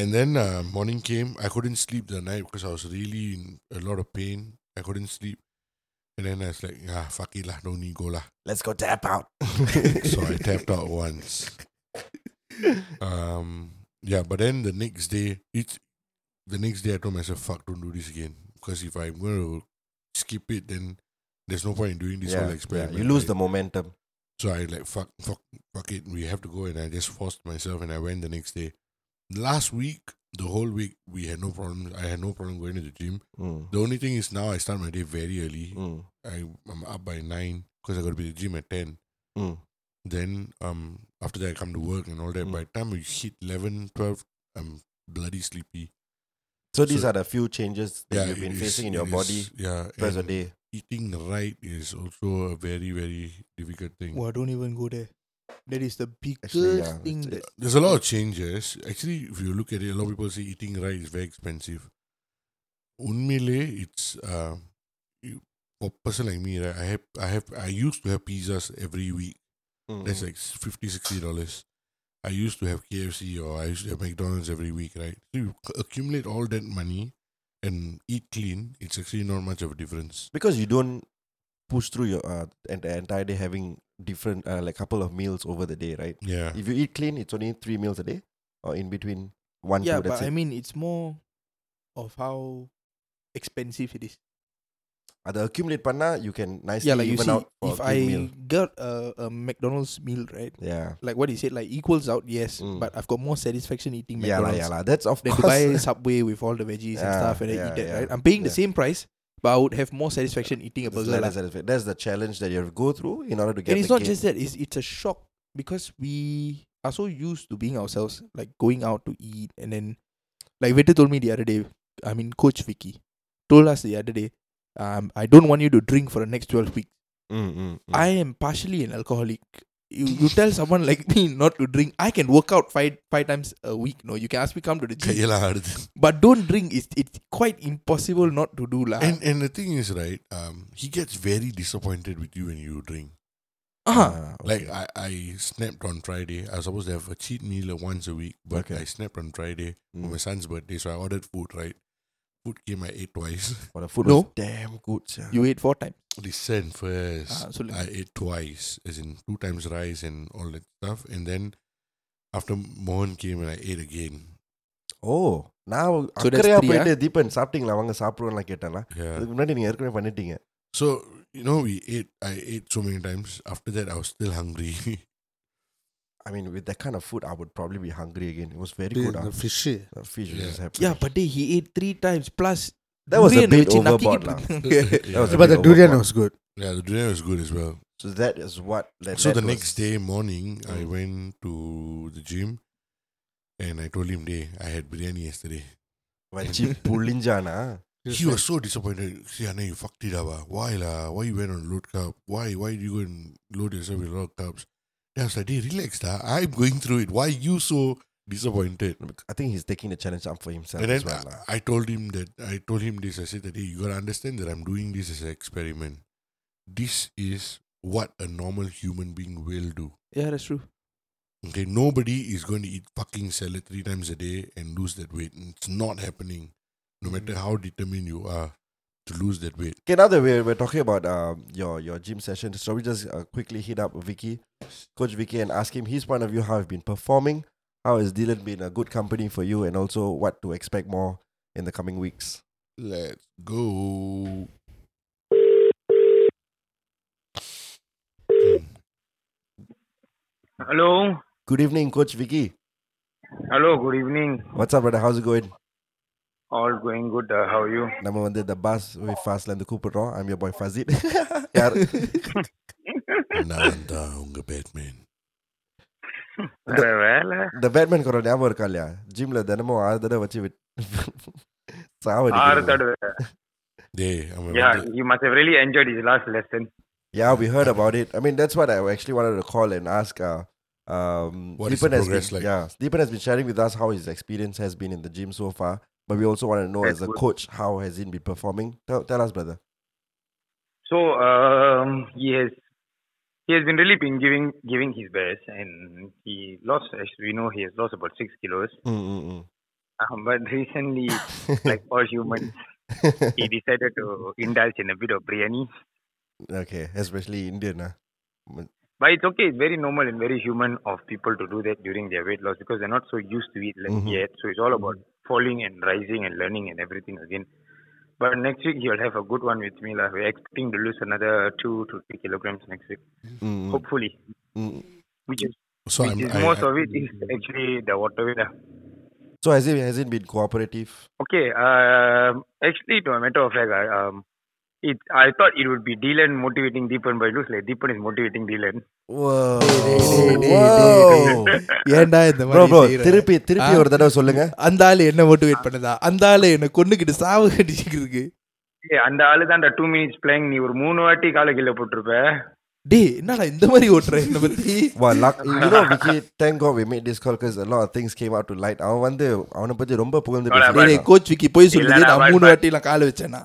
A: and then uh, morning came. I couldn't sleep the night because I was really in a lot of pain. I couldn't sleep. And then I was like, ah, fuck it lah, no need go lah.
B: Let's go tap out.
A: so I tapped out once. Um, yeah, but then the next day, it's the next day I told myself, "Fuck, don't do this again." Because if I'm going to skip it, then there's no point in doing this
B: Yeah,
A: whole
B: yeah,
A: experiment.
B: you lose
A: right?
B: the momentum.
A: So I like fuck, fuck, fuck it. We have to go, and I just forced myself, and I went the next day. Last week, the whole week, we had no problem. I had no problem going to the gym.
B: Mm.
A: The only thing is now I start my day very early.
B: Mm.
A: I, I'm up by nine because I got to be at the gym at ten.
B: Mm.
A: Then um after that I come to work and all that.
B: Mm.
A: By the time we hit 11, 12, I'm bloody sleepy.
B: So these
A: So-
B: are the few changes that you've
A: it
B: been
A: is-
B: facing in your
A: it is-
B: body
A: yeah.
B: present
A: and
B: day.
A: Eating right is also a very, very difficult thing.
C: well, don't even go there. That is the biggest
B: Actually, yeah,
C: thing
B: it's-
C: that
A: There's a lot of changes. Actually, if you look at it, a lot of people say eating right is very expensive. Unmele, it's uh, you, for a person like me, right, I have, I have, I used to have pizzas every week.
B: Mm-hmm.
A: That's like 50 dollars. I used to have KFC or I used to have McDonald's every week, right? So you c- accumulate all that money and eat clean. It's actually not much of a difference.
B: because you don't push through your uh, and the entire day having different uh, like couple of meals over the day, right?
A: Yeah,
B: If you eat clean, it's only three meals a day or in between one
C: yeah,
B: two. That's
C: but I
B: it.
C: mean, it's more of how expensive it is.
B: Other accumulate panna, you can nicely
C: yeah, like you
B: even
C: see,
B: out for
C: if
B: a
C: I
B: clean meal.
C: got a, a McDonald's meal, right?
B: Yeah.
C: Like what he said, like equals out, yes,
B: Mm.
C: but I've got more satisfaction eating
B: Yeah, la,
C: McDonald's
B: yeah, la. That's of
C: than to
B: course.
C: buy Subway with all the veggies and
B: Yeah,
C: stuff and then
B: yeah,
C: eat that,
B: yeah.
C: right? I'm paying the
B: Yeah.
C: same price, but I would have more satisfaction eating a
B: That's
C: burger.
B: the-
C: lah.
B: that's the- That's the challenge that you have to go through in order to get.
C: and it's
B: the
C: not
B: gain.
C: just that it's, it's a shock because we are so used to being ourselves like going out to eat and then like Veta told me the other day i mean coach vicky told us the other day um, i don't want you to drink for the next 12 weeks
B: Mm, mm, mm.
C: i am partially an alcoholic you, you tell someone like me not to drink i can work out five five times a week no you can ask me come to the gym
A: கையெல்லாம் ஆடுது.
C: but don't drink it's, it's quite impossible not to do lah.
A: and and the thing is, right? Um, he gets very disappointed with you when you drink.
C: uh
B: Ah, okay.
A: Like I, I snapped on Friday. I was supposed to have a cheat meal once a week, but
B: Okay.
A: I snapped on Friday for
B: Mm.
A: my son's birthday, so I ordered food. Right, food came. I ate twice.
B: But the food
C: No.
B: was damn good. sia.
C: you ate four times
A: Listen first.
C: Ah, so like-
A: I ate twice, as in two times rice and all that stuff. And then after Mohan came and I ate again.
B: Oh, நான்
C: So that's ah?
B: அக்கறையா
C: three,
B: போயிட்டு தீபன் சாப்பிட்டீங்களா வாங்க சாப்பிடுவோம்லாம் கேட்டேன்ல
A: Yeah.
B: அதுக்கு முன்னாடி நீங்க ஏற்கனவே பண்ணிட்டீங்க
A: So you know, we ate. I ate so many times. After that, I was still hungry.
B: I mean, with that kind of food, I would probably be hungry again. It was very good.
E: Dude,
B: ah.
E: the fishy.
B: The fish was
A: Yeah.
B: just happening.
C: yeah but they, he ate three times plus
B: That was a
C: durian
B: bit
C: வச்சு நக்கிக்கிட்டு
B: overboard lah.
C: இருக்கு.
A: yeah.
B: was a
E: But
B: bit
E: the durian
B: overboard.
E: was good.
A: yeah, the dinner was good as well.
B: So that is what. That,
A: so
B: that
A: the
B: was-
A: next day morning, I
B: Mm.
A: went to the gym, and I told him, "Day, I had biryani yesterday."
B: வச்சு புளிஞ்சானா?
A: He was so disappointed. See, I know you fucked it up. ah. Why la? Why you went on load cup? Why why you go and load yourself with a lot of cups? Then I was like, hey, relax, da. I'm going through it. Why you so disappointed?
B: I think he's taking the challenge up for himself
A: And
B: as
A: then
B: well. lah.
A: I, I told him that I told him this. I said that hey, you gotta understand that I'm doing this as an experiment. This is what a normal human being will do.
C: yeah that's true
A: Okay, nobody is going to eat fucking salad three times a day and lose that weight. It's not happening. No
F: Mm.
A: matter how determined you are to lose that weight.
B: Okay, now that we're, we're talking about um, your your gym session, shall we just uh, quickly hit up Vicky, Coach Vicky, and ask him his point of view, how you've been performing, how has Dylan been a good company for you, and also what to expect more in the coming weeks.
A: Let's go.
F: Hello.
B: Good evening, Coach Vicky.
F: Hello, good evening.
B: What's up, brother? How's it going?
F: All going good. Uh, how are you?
B: நம்ம வந்து the bus with ஃபாஸ்ட்லேருந்து கூப்பிடுறோம் I'm யோ பாய் ஃபசித் யார்
A: நான் தான் உங்க Batman
F: வேற வேலை
B: இந்த பேட்மேன் குரல் ஞாபகம் இருக்கா இல்லையா ஜிம்ல தினமும் ஆறு தடவை வச்சு விட் சாவடிக்கிறது.
F: Arthur,
A: They, I'm
F: yeah, you must have really enjoyed his last lesson.
B: Yeah, we heard about it. I mean, that's what I actually wanted to call and ask. Uh, um,
A: What is
B: Deepan
A: the
B: has
A: progress
B: been,
A: like?
B: Yeah, Deepan has been sharing with us how his experience has been in the gym so far. But we also want to know,
F: That's
B: as a
F: good.
B: coach, how has it been performing? Tell, tell us, brother.
F: So um, he has he has been really been giving giving his best, and he lost. As we know, he has lost about six kilos.
B: Mm,
F: Um, but recently,
B: mm, mm.
F: like all humans, he decided to indulge in a bit of biryani.
B: okay, especially Indian. ah.
F: But it's okay. It's very normal and very human of people to do that during their weight loss because they're not so used to it like
A: Mm-hmm.
B: Mhm.
F: yet. So it's all about falling and rising and learning and everything again. But next week he'll have a good one with me. lah. We're expecting to lose another two to three kilograms next week,
B: Mm, mm,
F: hopefully.
B: mm.
F: Which is,
A: So
F: which
A: I'm,
F: is
A: I,
F: most
A: I, Mm.
F: of it is actually the water weight. lah.
B: So has it has it been cooperative?
F: Okay. Um, actually, to a matter of fact, I, um, it I thought it would be Dylan motivating Deepan, but it looks like Deepan is motivating Dylan.
B: Whoa,
C: டேய், டேய்,
B: whoa.
C: ஏன்டா இந்த
B: Oh, bro, bro,
C: மாதிரி செய்யற?
B: திருப்பி திருப்பி
C: Ah.
B: ஒரு தடவை சொல்லுங்க.
C: அந்த ஆளு என்ன மோட்டிவேட் பண்ணுதா அந்த ஆளு என்ன கொண்டுகிட்டு சாவு கட்டிக்கிறதுக்கு
F: ஏய், அந்த ஆளு தான் டூ மினிட்ஸ் பிளேயிங் நீ ஒரு மூணு வாட்டி கால கீழே போட்டிருப்ப
C: டேய் என்னடா இந்த மாதிரி ஓட்டுற என்ன பத்தி
B: Well, luck, you know, Vicky, thank God we made this call because a lot of things came out to light. அவன் வந்து அவனை பத்தி ரொம்ப புகழ்ந்து
F: Alright,
B: பேசுறான்.
F: alright.
C: கோச் விக்கி போய் சொல்லுது
F: இல்லடா,
C: நான்
F: but-
C: மூணு
F: but-
C: வாட்டி எல்லாம் கால வச்சேனா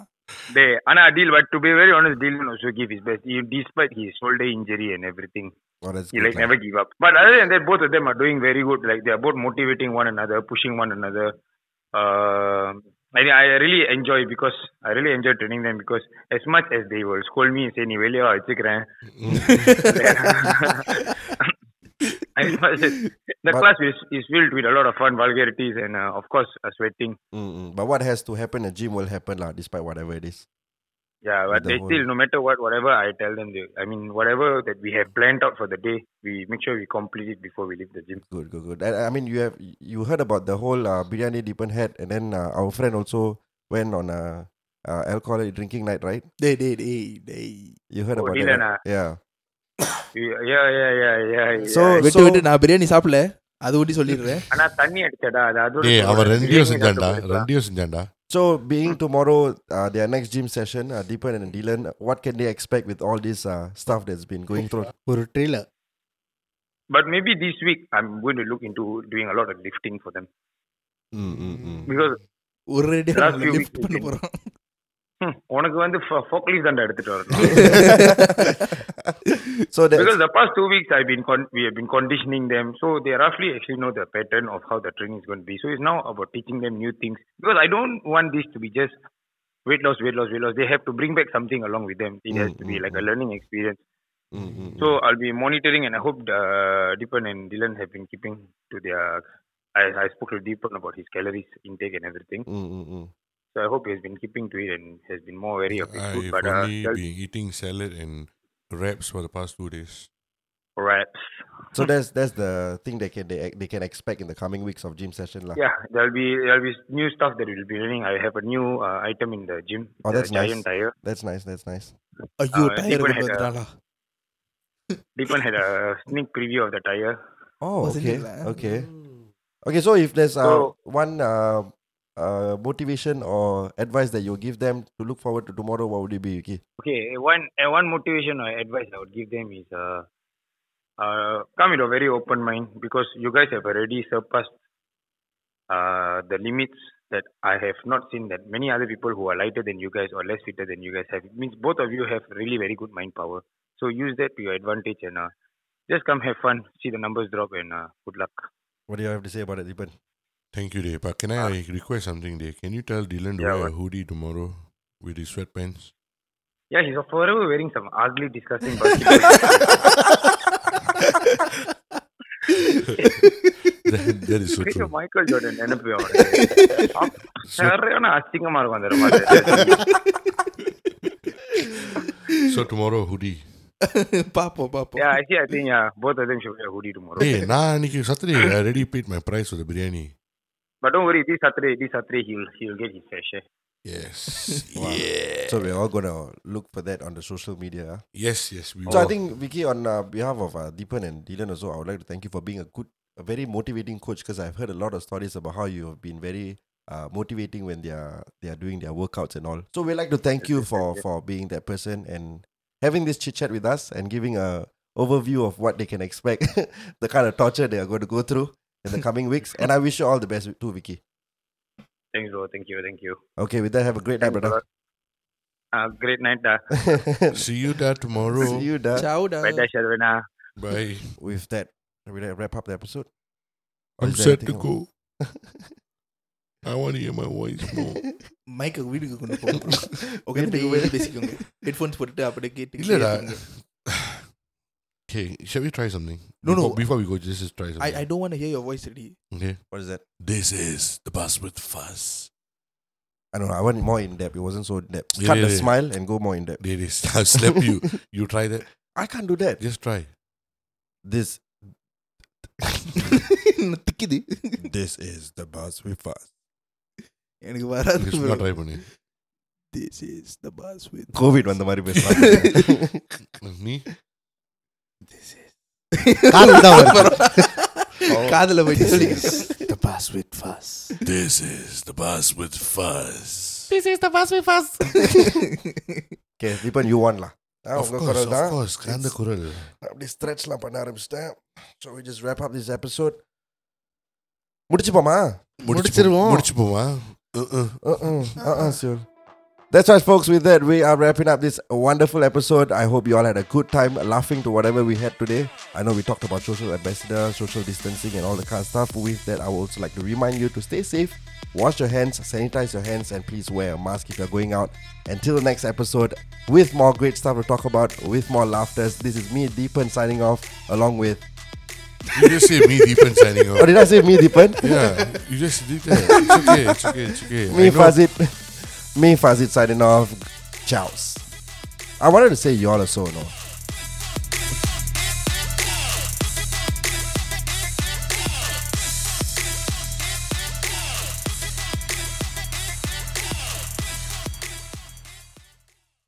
F: டேய் ஆனா deal but to be very honest deal also give his best he, despite his shoulder injury and everything
B: Oh, that's
F: he
B: good,
F: like
B: lah.
F: never give up but other than that both of them are doing very good like they are both motivating one another pushing one another uh, I mean, I really enjoy because I really enjoy training them because as much as they will scold me and say ah, நீ வெளியா வச்சுக்கிறேன் as much as the
B: But-
F: class is, is filled with a lot of fun vulgarities and uh, of course uh, sweating
B: Mm, mm. But what has to happen in gym will happen lah, despite whatever it is.
F: Yeah,
B: with
F: but
B: the
F: they
B: whole-
F: still, no matter what, whatever I tell them, they, I mean, whatever that we have planned out for the day, we make sure we complete it before we leave the gym.
B: Good, good, good. I, I mean, you have you heard about the whole uh, biryani Deepan had, and then uh, our friend also went on a uh, alcohol drinking night, right?
C: டேய் டேய் டேய் டேய்
B: You heard
F: Oh,
B: about
F: Dylan,
B: that? right? Yeah.
F: We- Yeah, yeah, yeah, yeah.
B: So,
F: yeah.
C: விட்டு விட்டு நான் பிரியாணி சாப்பிடல அது ஒட்டி சொல்லிடுறேன்
F: ஆனா தண்ணி அடிச்சடா அது அதோட
A: டேய் அவன்
F: சொல்றேன்.
A: ரெண்டையும்
F: நீங்க
A: செஞ்சான்டா
F: சாப்பிட்டு போயிருக்கலாம்.
A: ரெண்டையும் செஞ்சான்டா
B: So, being
F: Mm.
B: tomorrow uh, their next gym session, uh, Deepan and Dylan, what can they expect with all this uh, stuff that's been going through?
E: ஒரு trailer
F: But maybe this week I'm going to look into doing a lot of lifting for them
B: Mm, mm, mm.
F: because
C: ஒரு
F: Last few
C: lift
F: weeks
C: பண்ண
F: been-
C: போறோம்
F: hmm, உனக்கு வந்து ஃபோக்லிஸ் தாண்டா எடுத்துட்டு வரணும்
B: So that's
F: because the past two weeks I've been con- we have been conditioning them so they roughly actually know the pattern of how the training is going to be. So it's now about teaching them new things because I don't want this to be just weight loss, weight loss, weight loss. They have to bring back something along with them. It has to be like a learning experience.
B: Mm, mm, mm.
F: So I'll be monitoring and I hope uh, Deepan and Dylan have been keeping to their. I, I spoke to Deepan about his calories intake and everything.
B: Mm, mm, mm.
F: So I hope he's been keeping to it and has been more wary of his food.
A: I've
F: But uh,
A: only been eating salad and wraps for the past two days.
F: wraps.
B: So that's that's the thing they can they, they can expect in the coming weeks of gym session lah.
F: Yeah, there'll be there'll be new stuff that we'll be running. I have a new uh, item in the gym.
B: Oh,
F: the
B: that's nice.
F: giant tire.
B: That's nice. That's nice.
C: ஐயோ
F: Ah,
C: tyre
F: people had a-
C: வந்துட்டாளா
F: Deepan had a uh, sneak preview of the tire.
B: Oh,
C: Wasn't
B: okay,
C: it lah?
B: okay, okay. So if there's uh,
F: So-
B: one uh, uh, motivation or advice that you give them to look forward to tomorrow, what would it be, Yuki?
F: Okay, eh, one eh, one motivation or advice I would give them is uh, uh, come with a very open mind because you guys have already surpassed uh, the limits that I have not seen that many other people who are lighter than you guys or less fitter than you guys have. It means both of you have really very good mind power. So use that to your advantage and uh, just come have fun, see the numbers drop, and uh, good luck.
B: What do you have to say about it, Deepan?
A: Thank you, Dave. But can I request something, Dave? Can you tell Dylan to
F: Ah. Yeah,
A: wear a
F: what?
A: hoodie tomorrow with his sweatpants?
F: Yeah, he's forever wearing some ugly, disgusting basketball.
A: that, that is so
F: Create a
A: true.
F: Michael Jordan நினைப்பு அவனுக்கு. அப்ப சரியான அசிங்கமா இருக்கும் அந்த room அது.
A: So tomorrow hoodie.
C: பாப்போம் பாப்போம்
F: Yeah, actually, I think, yeah, both of them should wear hoodie tomorrow.
A: Hey, nah, Nikki, Saturday I already paid my price for the biryani.
F: But don't worry, this Saturday, this Saturday he'll he'll get his fair share.
A: Yes. Yeah.
B: So we're all gonna look for that on the social media. ah.
A: Yes, yes, we
B: So I
A: will.
B: think Vicky, on uh, behalf of uh, Deepan and Dylan also, I would like to thank you for being a good, a very motivating coach because I've heard a lot of stories about how you have been very uh, motivating when they are they are doing their workouts and all. So we'd like to thank you for for being that person and having this chit chat with us and giving a overview of what they can expect, the kind of torture they are going to go through in the coming weeks. And I wish you all the best too, Vicky.
F: Thanks, bro. Thank you. Thank you.
B: Okay, with that, have a great night,
F: Thanks a
B: brother.
F: lot. Uh, great night, da.
B: See
A: See you there tomorrow.
B: you, da.
C: Ciao, dah.
F: Bye, da, Sharvana.
A: Bye.
B: With that, we wrap up the episode.
A: I'm
B: Is there
A: set to
B: anything
A: go. I want to hear my voice more.
C: மைக்க வீட்டுக்கு கொண்டு போகணும்
B: Okay,
C: வெளியே
B: anyway.
C: பேசிக்கோங்க headphones போட்டுட்டு அப்படியே கேட்டு
A: இல்லடா. Okay, shall we try something?
C: No, no.
A: Before- Before we go, just just try
C: I I
A: something.
C: Don't want hear your voice ready
A: Okay.
B: What is that?
A: This is the bus with fuss.
B: I don't know. I went more in depth. It wasn't so in depth.
A: Yeah,
B: Cut
A: yeah,
B: the
A: yeah.
B: smile and go more in depth.
A: They they I'll slap you. You try that.
B: I can't do that.
A: Just try.
B: This
C: திக்குது
B: this is the bus with us.
C: எனக்கு வராது
A: Just
C: bro.
A: not try பண்ணு.
C: This is the bus with
B: COVID வந்த மாதிரி பேசுறாங்க.
A: Me?
C: This is
E: காதுல தான் வருது.
C: காதுல போய்
B: This
C: சொல்லி
B: is
C: the bus with fuss
A: This is the bus with fuzz.
C: This is the bus with fuss
B: Okay, Deepan, you won lah. Ah,
A: Of
B: உங்க
A: course,
B: குரல்
A: of
B: தான்.
A: course. கலந்த குரல்.
B: அப்படி stretchலாம் பண்ண ஆரம்பிச்சிட்டேன். So we just wrap up this episode. முடிச்சுப்போமா?
E: முடிச்சிருவோம்.
A: முடிச்சுப்போமா? Uh, uh.
B: Uh-uh. Uh-uh, sure. That's right, folks. With that, we are wrapping up this wonderful episode. I hope you all had a good time laughing to whatever we had today. I know we talked about social ambassador, social distancing, and all the kind of stuff. With that, I would also like to remind you to stay safe, wash your hands, sanitize your hands, and please wear a mask if you're going out. Until next episode, with more great stuff to talk about, with more laughters. This is me, Deepan, signing off, along with.
A: You just say me, Deepan signing
B: Oh,
A: off.
B: did I say me, Deepan?
A: Yeah, you just did that. It's okay, it's okay, it's okay.
B: Me
A: I know-
B: Fazit. Me Fazit signing off. Ciao. I wanted to say y'all or so, no.